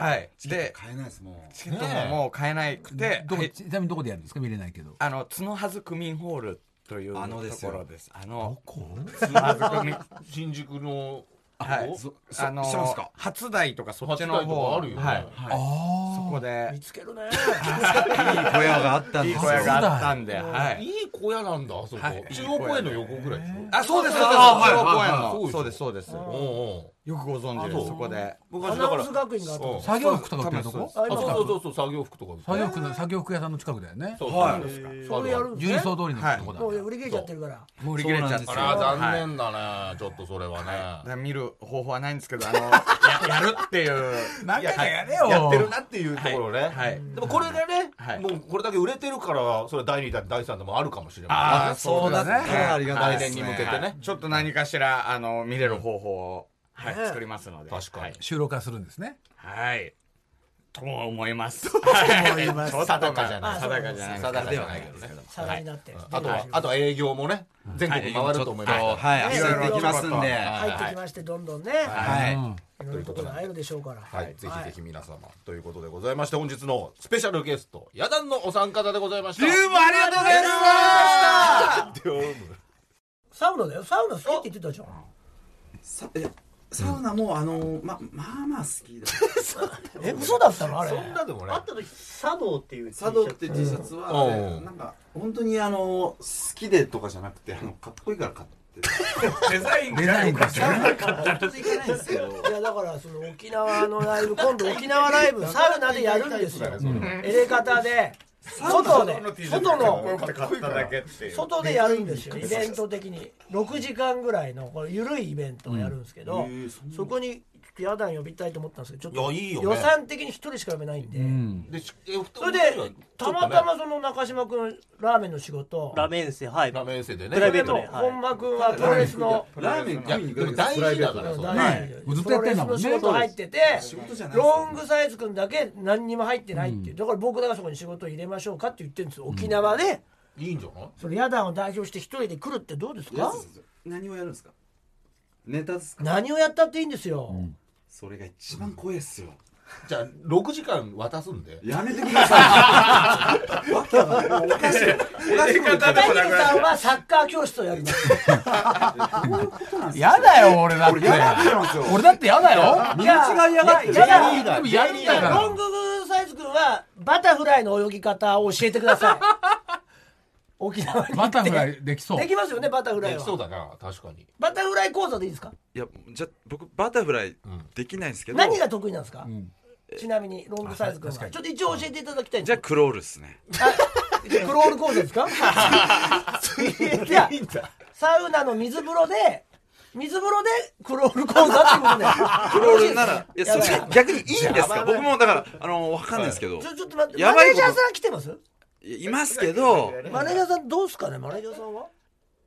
D: はい、で、
F: 買えないです、も
D: チケットももう買えなくて、
C: どこ
D: はい
C: ちなみにどこでやるんですか見れないけど。
D: あの、角はず区民ホールというと
F: あのですよ
D: ころです。あの、
B: 新宿の
D: はい
F: そそ
D: あの
F: 知ってますか
D: 初台とかそっちの
B: 初台とか
D: 方
B: あるよね
D: はい
C: あ
D: そこで
A: 見つけるね
F: う。いい小屋があったん
D: い
F: で
D: い
F: す
D: 小
F: よ。
D: 屋があったんで、はいい。
B: い小屋なんだあそこ
D: はい
B: 中央公園の横ぐらいでし
D: あ、そうです、そうです。
C: あはい
D: 中央公園
B: はいはい
D: の。そうです、そうです。
B: ょうんうん
D: よくご存知
B: あ
D: で
B: そう
D: す、そこで。
A: ア
B: 昔だ
A: ナ
B: か
A: ウ
B: ら
A: ンス学院があった
B: うん
C: 作業服とか売ってると
D: そう
C: こ
D: です。
A: あ
B: あ
A: 今
B: そうそうそうそう作業服とか
C: 作業服の作業服屋さんの近くだよね。
B: そう
D: はい
B: そうそう
A: それやるんです
C: 十二
A: ね
C: 層通りのとこだ。
A: もう売り切れちゃってるから
D: もう売り切れちゃっ
F: そう
D: て
B: あ
F: な
B: ら
D: はい
B: 残念だねちょっとそれは
D: だか
B: ね
D: ら見る方法はないんですけど、あの、 ややるっていう。
C: なんかやれ
B: やってる
C: よ。
B: なっていうところね
D: はい。
B: でもこれがね
D: はい
B: もうこれだけ売れてるからそれは第2弾第3弾もあるかもしれない
D: ああ、そうだね。
F: ありがたい
B: 来
F: です
B: 年
F: ね
B: に向けてね
D: ちょっと何かしら、あの、見れる方法を。はい、作りますので。確かに。
C: 収録化するんですね。
D: はい。と思います。
C: 思います
D: は
B: 定かじゃない
D: 定かじゃない。
B: 定かじゃないけどね
A: 定かになって
D: はい
B: あとは、あとは営業もね、全国回ると思いますから。
F: はい
A: ちょっとはい焦ってきます
F: んで
A: 入ってきましてどんどんね、
B: はい
A: いろいろところがあるでしょうから。
B: はい、ぜひぜひ皆様、ということでございまして、本日のスペシャルゲスト、ヤダンのお三方でございました。
F: ありがとうご
B: どうもありがとうご
F: ざいま
B: ざいました。
A: サウナだよ、サウナ好きって言ってたじゃん。
J: サえサウナもあのままあまあ好き だ
A: え嘘だったのあれ
J: そん
E: な
B: でも
E: 会った時茶道っていう
J: 茶道って T シャツは、あれなんか本当にあの好きでとかじゃなくてあのかっこいいから買ってデザインデザインですよね
A: いやだからその沖縄のライブ今度沖縄ライブサウナでやるんですよ、
J: うん
A: エレカタで外で外の外でやるんですよイベント的に6時間ぐらいのこれ緩いイベントをやるんですけど、
J: うんへえそんな
A: そこにヤダン呼びたいと思ったんですけどちょっと
B: いやいいよね
A: 予算的に1人しか呼べないんで、
B: でしえ
A: それでたまたまその中島君ラーメンの仕事
E: ラメンセはい
B: ラメンセでね
E: プライベートで
A: でも本間君はプロレスの
J: ラーメン食いに行く
B: いやでも大事だか
A: そう
B: らそれ
A: 大事
B: ずっ
A: プ
B: とや
A: ロ
B: って
A: レ
B: ん
A: ス
B: だもん
A: の
B: ね
A: 仕事入ってて
J: 仕事じゃない
A: ロングサイズ君だけ何にも入ってないっていうだから僕だからそこに仕事入れましょうかって言ってるんですよ沖縄で
B: いいんじゃない
A: それヤダンを代表して一人で来るってどうですか
J: 何をやるんですかネタですか
A: 何をやったっていいんですよ
J: それが一番怖いっすよ
B: じゃあ6時間渡すんで
J: やめてくださいわけがおかしいおかしいこと言って
A: 片
J: る
A: 桐さんはサッカー教室をやります
C: やだよ、俺だって。
J: 俺やだよ
C: 俺だってやだよ。
J: 身内がやばい
A: いややだ
C: でもやるんだか
A: ロン
C: ら。
A: グサイズ君はバタフライの泳ぎ方を教えてください沖縄に
C: バタフライできそう
A: で。きますよねバタフライ
B: で
A: は
B: きそうだな確かに
A: バタフライ講座でいいですか
F: いやじゃ僕バタフライできないんですけど
A: 何が得意なんですか、
C: ん
A: ちなみにロングサイズ君はちょっと一応教えていただきたいん
F: じゃ
A: です
F: あクロールっすね
A: じゃクロール講座ですかいやサウナの水風呂で水風呂でクロール講座ってことで
F: クロールならいや
A: や
F: そ
A: ば
F: れ
A: い
F: 逆にいいんですか僕もだからあのわかんないですけど
A: ちょちょっと待って
F: や
A: マ
F: ば
A: ネ
F: いこ
A: ー
F: と
A: ジャーさん来てます
F: いいますけど
A: マネージャーさんどうですかねマネージャーさんは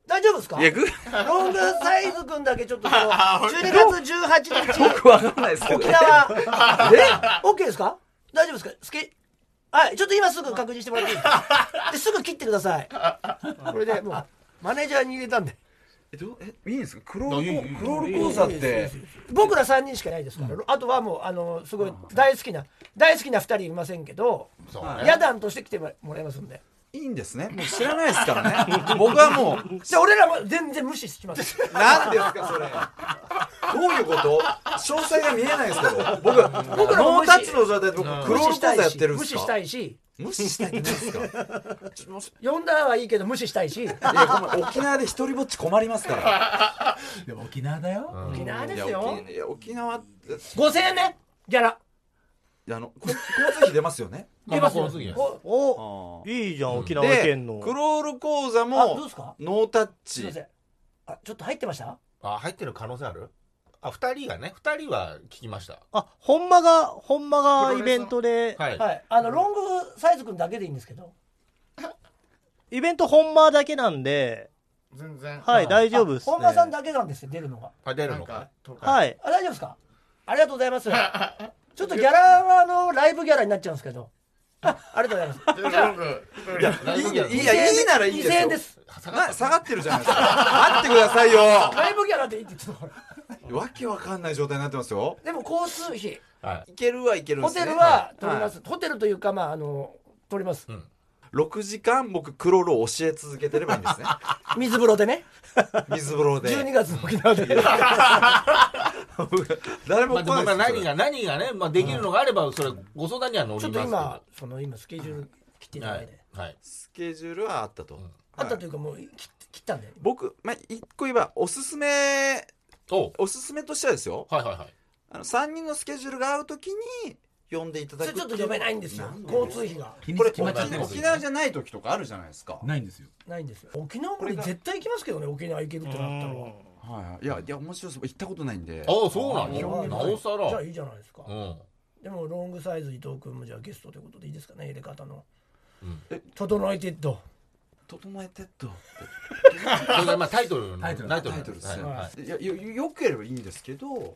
A: 大丈夫ですか
F: いやぐ
A: ロングサイズ君だけちょっと その12月18日
F: 僕わかんないですけど
A: 沖 縄え OK ですか大丈夫ですかスケはいちょっと今すぐ確認してもらっていいですかですぐ切ってくださいこれでもうマネージャーに入れたんで
F: えどうえいいんですかクロールクロール講座って
A: 僕ら3人しかいないですから、あとはもうあのすごい大好きな大好きな2人いませんけど
B: そう
A: 野団として来てもらいますんで
F: いいんですねもう知らないですからね僕はもう
A: じゃあ俺らも全然無視し ます
F: 何ですかそれどういうこと詳細が見えないですけど僕
A: 僕らも
F: ノ
A: 無
F: ー
A: 視
F: タッチの状態で僕
A: 無
F: クロー
A: 視
F: ル講
A: した
F: 座
A: い
F: やっ
A: して
F: るんで
A: 無
F: す
A: 視
F: か
A: したいし
F: 無視したいって何ですか
A: 呼んだはいいけど無視したいし
F: いやごめん沖縄で一人ぼっち困りますから
C: でも沖縄だよ。
A: 沖縄で
F: い
A: す
F: や
A: よ
F: 沖いや沖縄って
A: 5000円ねギャラ
F: いやあのこ交通費出ますよね
A: 出ます
B: まあまあこ
A: よ
B: の次です
A: おお
E: いいじゃん沖縄
F: で
E: 県の
F: クロール講座
A: あどうで
F: も
A: すか
F: ノータッ
A: すい
F: チ
A: ませんあちょっと入ってました
B: あ入ってる可能性あるあ二人がね二人は聞きました
E: あ本間が本間がイベントで
B: はい
A: はいあのロングサイズ君だけでいいんですけど
E: イベント本間だけなんで
B: 全然
E: はい大丈夫っすね
A: 本間さんだけなんですよ出るのが
B: あ出るのか
E: はい
A: あ大丈夫ですかありがとうござい ますちょっとギャラはあのライブギャラになっちゃうんですけどあありがとうございます
B: いや
F: いいやい
A: い
F: やいいならいいんです
A: 2000円
F: よ
A: です
F: な下がってるじゃないですか待ってくださいよ
A: ライブギャラでいいって言ってたから
F: わけわかんない状態になってますよ
A: でも交通費
F: いけるはいけるんで
A: ホ
F: すね
A: テルは取ります、ホテルというかまああの取ります、
F: 6時間僕クロールを教え続けてればいいんですね
A: 水風呂でね
F: 水風呂で
A: 12月の沖縄で
F: 誰も
B: まあでもまあ
F: 来ないです
B: 何が何がねまあできるのがあればそれご相談には乗り
A: ちょ
B: ま
A: っ
B: すけ
A: と
B: ど
A: 今その今スケジュール切っていた
B: は
A: だい
B: い
A: て、
B: はい
F: スケジュールはあったと、
A: あったというかもう切って切ったんで
F: 僕、まあ、一個言えばおすすめ
B: おう
F: おすすめとしてはですよ
B: はいはいはい
F: あの3人のスケジュールが合うときに呼んでいただ
A: そ
F: く
A: れちょっと読めないんですよ交通費が
C: 日に
F: こ
C: ち
F: れ
C: 決まっちゃって
F: 沖沖縄じゃない時とかあるじゃないですか、
C: ないんですよ。
A: ないんですよ沖縄まで絶対行きますけどね沖縄行けるってなったら
F: はいはい、いやいや面白そう行ったことないんで
B: ああそうなんやなおさ
A: じゃ
B: ら
A: あいいじゃないですか、
B: うん
A: でもロングサイズ伊藤君もじゃあゲストということでいいですかね入れ方の、
B: ん
A: え整えてっと
F: 整えてっとって
B: それがまあタイトルの
F: タイトル
B: タイトル
F: ですよ、、
B: はい
F: やよよければいいんですけど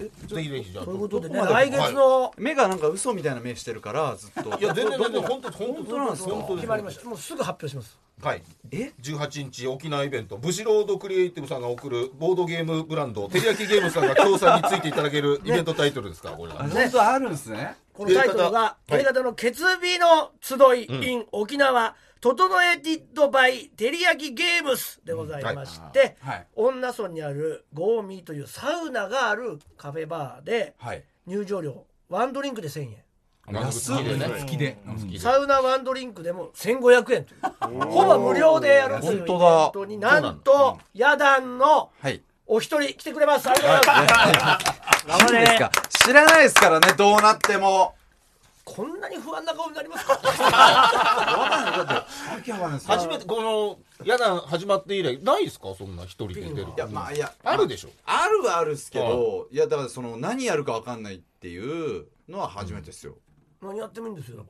F: えちょ
B: ぜひぜひじゃあ
F: どこま
B: ということでね来月
A: の、
F: 目がなんか嘘みたいな目してるからずっと
B: いや全然
F: ど
B: 全然
F: ど
B: 本当本当
F: なんですか
B: 本当
A: 決まりましたもうすぐ発表します
B: はい、え18日沖縄イベントブシロードクリエイティブさんが送るボードゲームブランドてりやきゲームさんが協賛についていただけるイベントタイトルですか、これは、
F: 本当あるんですね
A: このタイトルが「
B: はい
A: A 型の決美の集い in 沖縄整えティッドバイテリヤキゲームス」でございまして恩納村にあるゴーミーというサウナがあるカフェバーで
F: はい
A: 入場料ワンドリンクで1000円
C: 安い好きで
A: サウナワンドリンクでも1500円というほぼ無料でやるというイベントになんと野団の
K: はい。
A: お一人来てくれますありがとうございます
K: いいんですか知らないですからね、どうなっても。
A: こんなに不安な顔になりますか
B: 初めてこのやだ始まって以来ないですかそんな一人で出るい
F: やまあいや
B: あるでしょ
F: あるはあるっすけど、い、やだからその何やるかわかんないっていうのは初めてですよ、
A: 何やってもいいんですよだか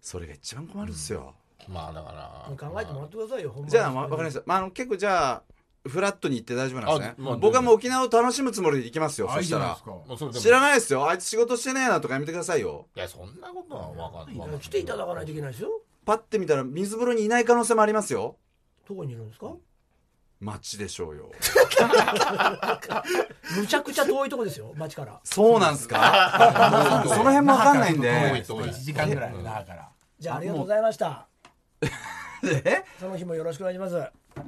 F: それが一番困るっすよ、
B: まあだから
A: ら考えてもらってくださいよほんまに
F: じゃあわわかりました、まあ、あの結構じゃあフラットに行って大丈夫なんですね
B: あ、まあ
F: 僕はもう沖縄を楽しむつもりで行きますよそしたら知らないですよあいつ仕事してねえなとかやめてくださいよ
B: いやそんなことは分かんない
A: 来ていただかないといけないですよ
F: パッて見たら水風呂にいない可能性もありますよ
A: どこにいるんですか
F: 街でしょうよ
A: むちゃくちゃ遠いとこですよ町から
F: そうなんすか その辺もわかんないんで
C: 1時間ぐらいだから
A: じゃあありがとうございましたその日もよろしくお願いします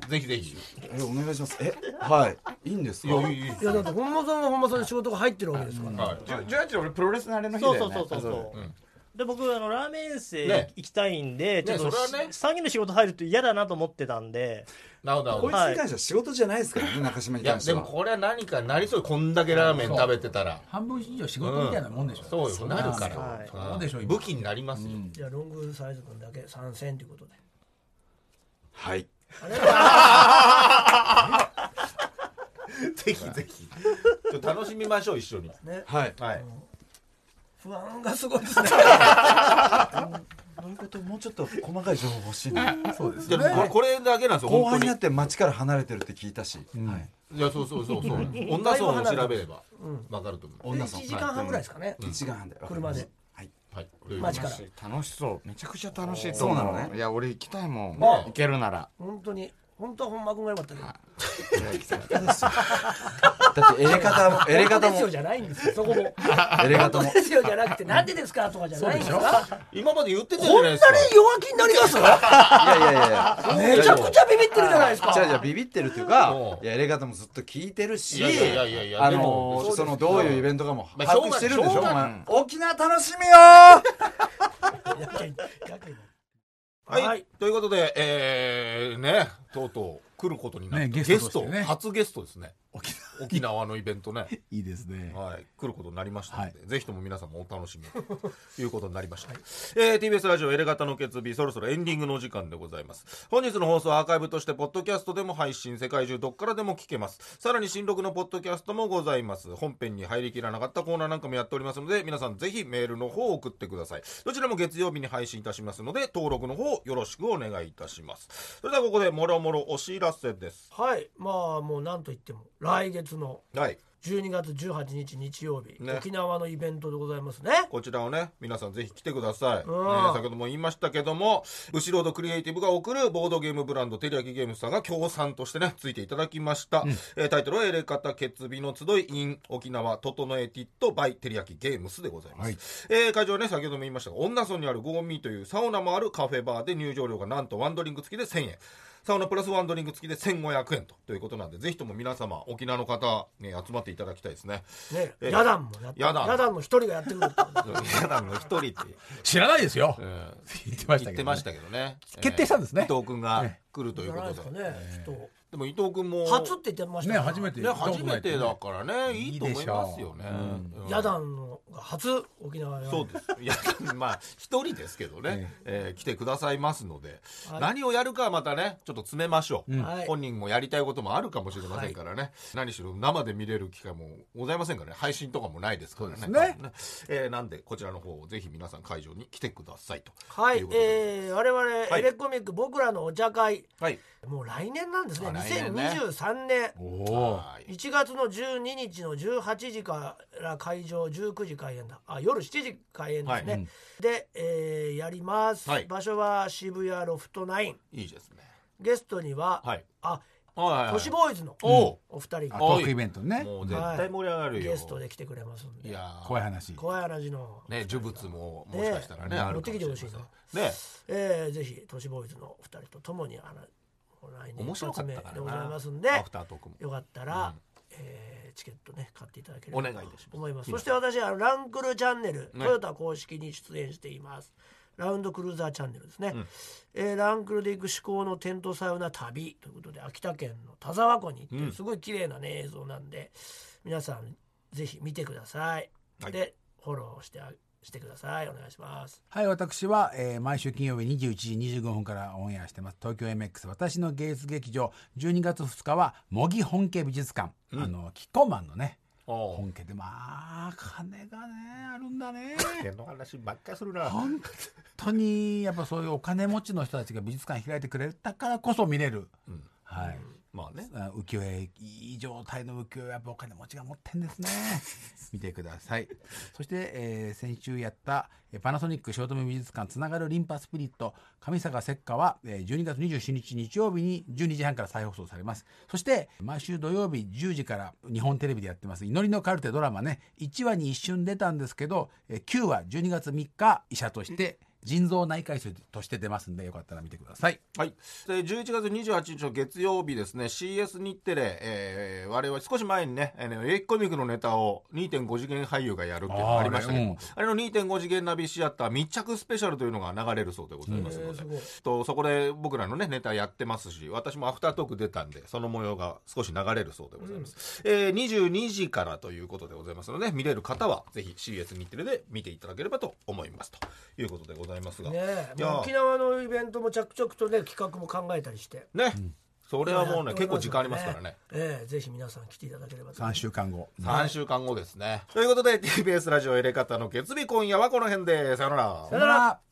B: ぜひぜひ
F: えお願いしますえはいいいんですか
B: いやいいいい
A: いやだって本間さんは本間さんで仕事が入ってるわけですから、
B: はい
F: 18俺プロレスのあれの日だ
E: そう
F: よ
E: そう
F: ね
E: そうそうそう、で僕あのラーメン遠征
F: ね
E: 行きたいんで、
F: ね
E: ちょっと、
F: それはね
E: 3人の仕事入ると嫌だなと思ってたんで
B: なるほど
F: こいつに関しては仕事じゃないですからね中島に
B: いや
F: 関して
B: で
F: は
B: もこれは何かなりそうこんだけラーメン食べてたら
C: 半分以上仕事みたいなもんでしょ
B: そうよなるから
C: はい
B: ん
C: そうでしょ今
B: 武器になりますよ
A: じゃあロングサイズ君だけ参戦ということで
F: はい
B: ぜひぜひちょっと楽しみましょう一緒に
A: ね
F: はい
B: はい
A: 不安がすごいですね
F: そういうこともうちょっと細かい情報欲しいなそうです
B: ねでもこれこれだけなんですよ
F: 後
B: 本当
F: 半
B: に
F: になって街から離れてるって聞いたし、はい
B: いやそうそうそうそう女層を調べれば分かると思う
F: 女
A: 1時間半ぐらいですかね、
F: 1時間半で
A: 車で
B: はい
A: 街から
D: 楽しそうめちゃくちゃ楽しいと
F: そう
D: 思う
F: なのね
D: いや俺行きたいもん、
A: まあ
D: 行けるなら
A: 本当に本当は本間君が良かったけど
F: だってエレ方もエレ
A: 本当
F: 方
A: で
F: も
A: すよじゃないんですよそこも
F: エレ方
A: 本
F: も
A: 当ですよじゃなくてなんでですかとかじゃないんですか
B: 今まで言ってたじ
A: こ
B: ゃ
A: ん
B: な
A: ないに
B: ですか
A: 弱気になります
F: いやいやいや
A: めちゃくちゃビビってるじゃないですか
F: じゃあじゃあビビってるというかいやエレ方もずっと聞いてるし
B: いやいやいやいや
F: あ
B: でも
F: の
B: そうです
F: そのどういうイベントかも
B: まあ
F: 把握してるんでし
B: しょう
F: ょお
B: がない
F: 前沖縄楽しみよ
B: はい、ということで、えー、ね、とうとう来ることになった、
C: ね
B: ゲ
C: ゲ
B: スト
C: ストとしてね
B: 初ゲストですね。沖縄のイベントね、
C: いいですね
B: はい、来ることになりましたので、ぜひとも皆さんもお楽しみに ということになりました。えー、TBS ラジオエレガタの決意、そろそろエンディングのお時間でございます。本日の放送はアーカイブとして、ポッドキャストでも配信、世界中どっからでも聞けます。さらに新録のポッドキャストもございます。本編に入りきらなかったコーナーなんかもやっておりますので、皆さんぜひメールの方を送ってください。どちらも月曜日に配信いたしますので、登録の方よろしくお願いいたします。それではここで、もろもろお知らせです。
A: はいまあもうなんといっても来月の
B: はい。
A: 12月18日日曜日、
B: ね
A: 沖縄のイベントでございますね
B: こちらをね、皆さんぜひ来てください。ね、
A: うん
B: 先ほども言いましたけども、ブシロードクリエイティブが送るボードゲームブランド、テリヤキゲームズさんが協賛としてね、ついていただきました。えータイトルは、エレカタ決美の集い in 沖縄整えティット by テリヤキゲームスでございます。えー会場はね、先ほども言いましたが、女村にあるゴーミーというサウナもあるカフェバーで入場料がなんとワンドリンク付きで1000円。サウナプラスワンドリンク付きで1500円とということなんで、ぜひとも皆様、沖縄の方、ね、集まっていただきたいです ね。
A: ね
B: えー
A: 野団もやって
B: 野団
A: 野団の一人がやってくるって こと
B: 嫌なの一 人って
C: 知らないですよ
B: うん
C: 言って
B: 言
C: ました
B: っ
C: け
B: て
C: ど
B: ま
C: ね
B: したけどね
C: 決定したんですね
B: えー伊藤君が来るとい
A: じ
B: う
A: ゃ
B: こ
A: ないで
B: と
A: すか
B: で
A: ね、ちょっ
B: でも伊藤君も
A: と初って言ってました
C: ね初めて
B: ね初めてだからねい
C: い
B: い
C: い
B: と
C: で
B: 思い
C: し
B: ま
C: ょ
B: すよね
C: う
B: うん
A: 野団のが初沖縄
B: そうです。いや、 まあ、一人ですけどね、えー来てくださいますので、
A: はい
B: 何をやるかはまたね、ちょっと詰めましょう、
A: うんはい
B: 本人もやりたいこともあるかもしれませんからね、何しろ生で見れる機会もございませんからね、配信とかもないですからね。
A: そうですね
B: 多分えーなんで、こちらの方、ぜひ皆さん会場に来てくださいと。
A: はい
B: とうことで
A: えー、我々
B: はい
A: エレコミック、僕らのお茶会、
B: はい。
A: もう来年なんですね
B: あ来年ね
A: 2023年
B: お
A: 1月の12日の18時から会場19時開演だあ夜7時開演ですね、
B: はいうん
A: で、えーやります、
B: はい
A: 場所は渋谷ロフト9
B: いいですね。
A: ゲストには、
B: はい。
A: あ
B: はいはい
A: 都市ボーイズの
B: お
A: お二人が
C: あトークイベントね
B: もう絶対盛り上がるよ。
A: ゲストで来てくれますんで
B: いや
C: 怖い話
A: 怖い話の
B: ね、呪物もも
A: ね
B: しかしたらね、あ
A: 持
B: る
A: って
B: か
A: き
B: もしてれ
A: ほ
B: ま
A: し
B: せ
A: い
B: ん
A: な、
B: ね
A: えーぜひ都市ボーイズのお二人とともにあの来年
B: 面白
A: 一発
B: かっ
A: 目で
B: たからな
A: ございますんで
B: アフタートークも
A: よかったら、えーチケットね買っていただければ
B: お願いいたします
A: と思いますそして私あのランクルチャンネル、ト
B: ね
A: ヨタ公式に出演していますラウンドクルーザーチャンネルですね、えーランクルで行く至高のテントサウナ旅ということで秋田県の田沢湖に行って、
B: うん
A: すごい綺麗なね映像なんで皆さんぜひ見てください、
B: はい
A: でフォローしてあしてくださいお願いします
C: はい、私は、えー毎週金曜日21時25分からオンエアしてます。東京 MX 私の芸術劇場12月2日は模擬本家美術館、あのキッコーマンのね本家でまあ金がねあるんだね。
B: 手の話ばっかりするな。
C: 本当にやっぱそういうお金持ちの人たちが美術館開いてくれたからこそ見れる。はい。
B: まあね。
C: あ浮世絵いい状態の浮世絵はやっぱお金持ちが持ってんですね 見てくださいそして、えー先週やったえーパナソニック汐留美術館つながるリンパスピリット上坂節下は、えー12月27日日曜日に12時半から再放送されますそして毎週土曜日10時から日本テレビでやってます祈りのカルテドラマね1話に一瞬出たんですけど、えー9話12月3日医者として腎臓内科医師として出ますんでよかったら見てください
B: はい。で、11月28日の月曜日ですね、CS 日テレ、えー、我々少し前にね、えー、エレキコミックのネタを2.5次元俳優がやるっていうのがありましたけども、あれの2.5次元ナビシアター密着スペシャルというのが流れるそうでございますので、とそこで僕らのね、ネタやってますし、私もアフタートーク出たんで、その模様が少し流れるそうでございます。えー、22時からということでございますので、見れる方はぜひ CS 日テレで見ていただければと思いますということでございますが。
A: ねえ
B: いやー
A: 沖縄のイベントも着々とね企画も考えたりして
B: ね、それはもうね
A: やってお
B: 結構
A: ます
B: 時間ありますからね、
A: ええぜひ皆さん来ていただければと
C: 3週間後
B: 3週間後ですねということで TBS ラジオエレカタの月日今夜はこの辺でさよなら
A: さよなら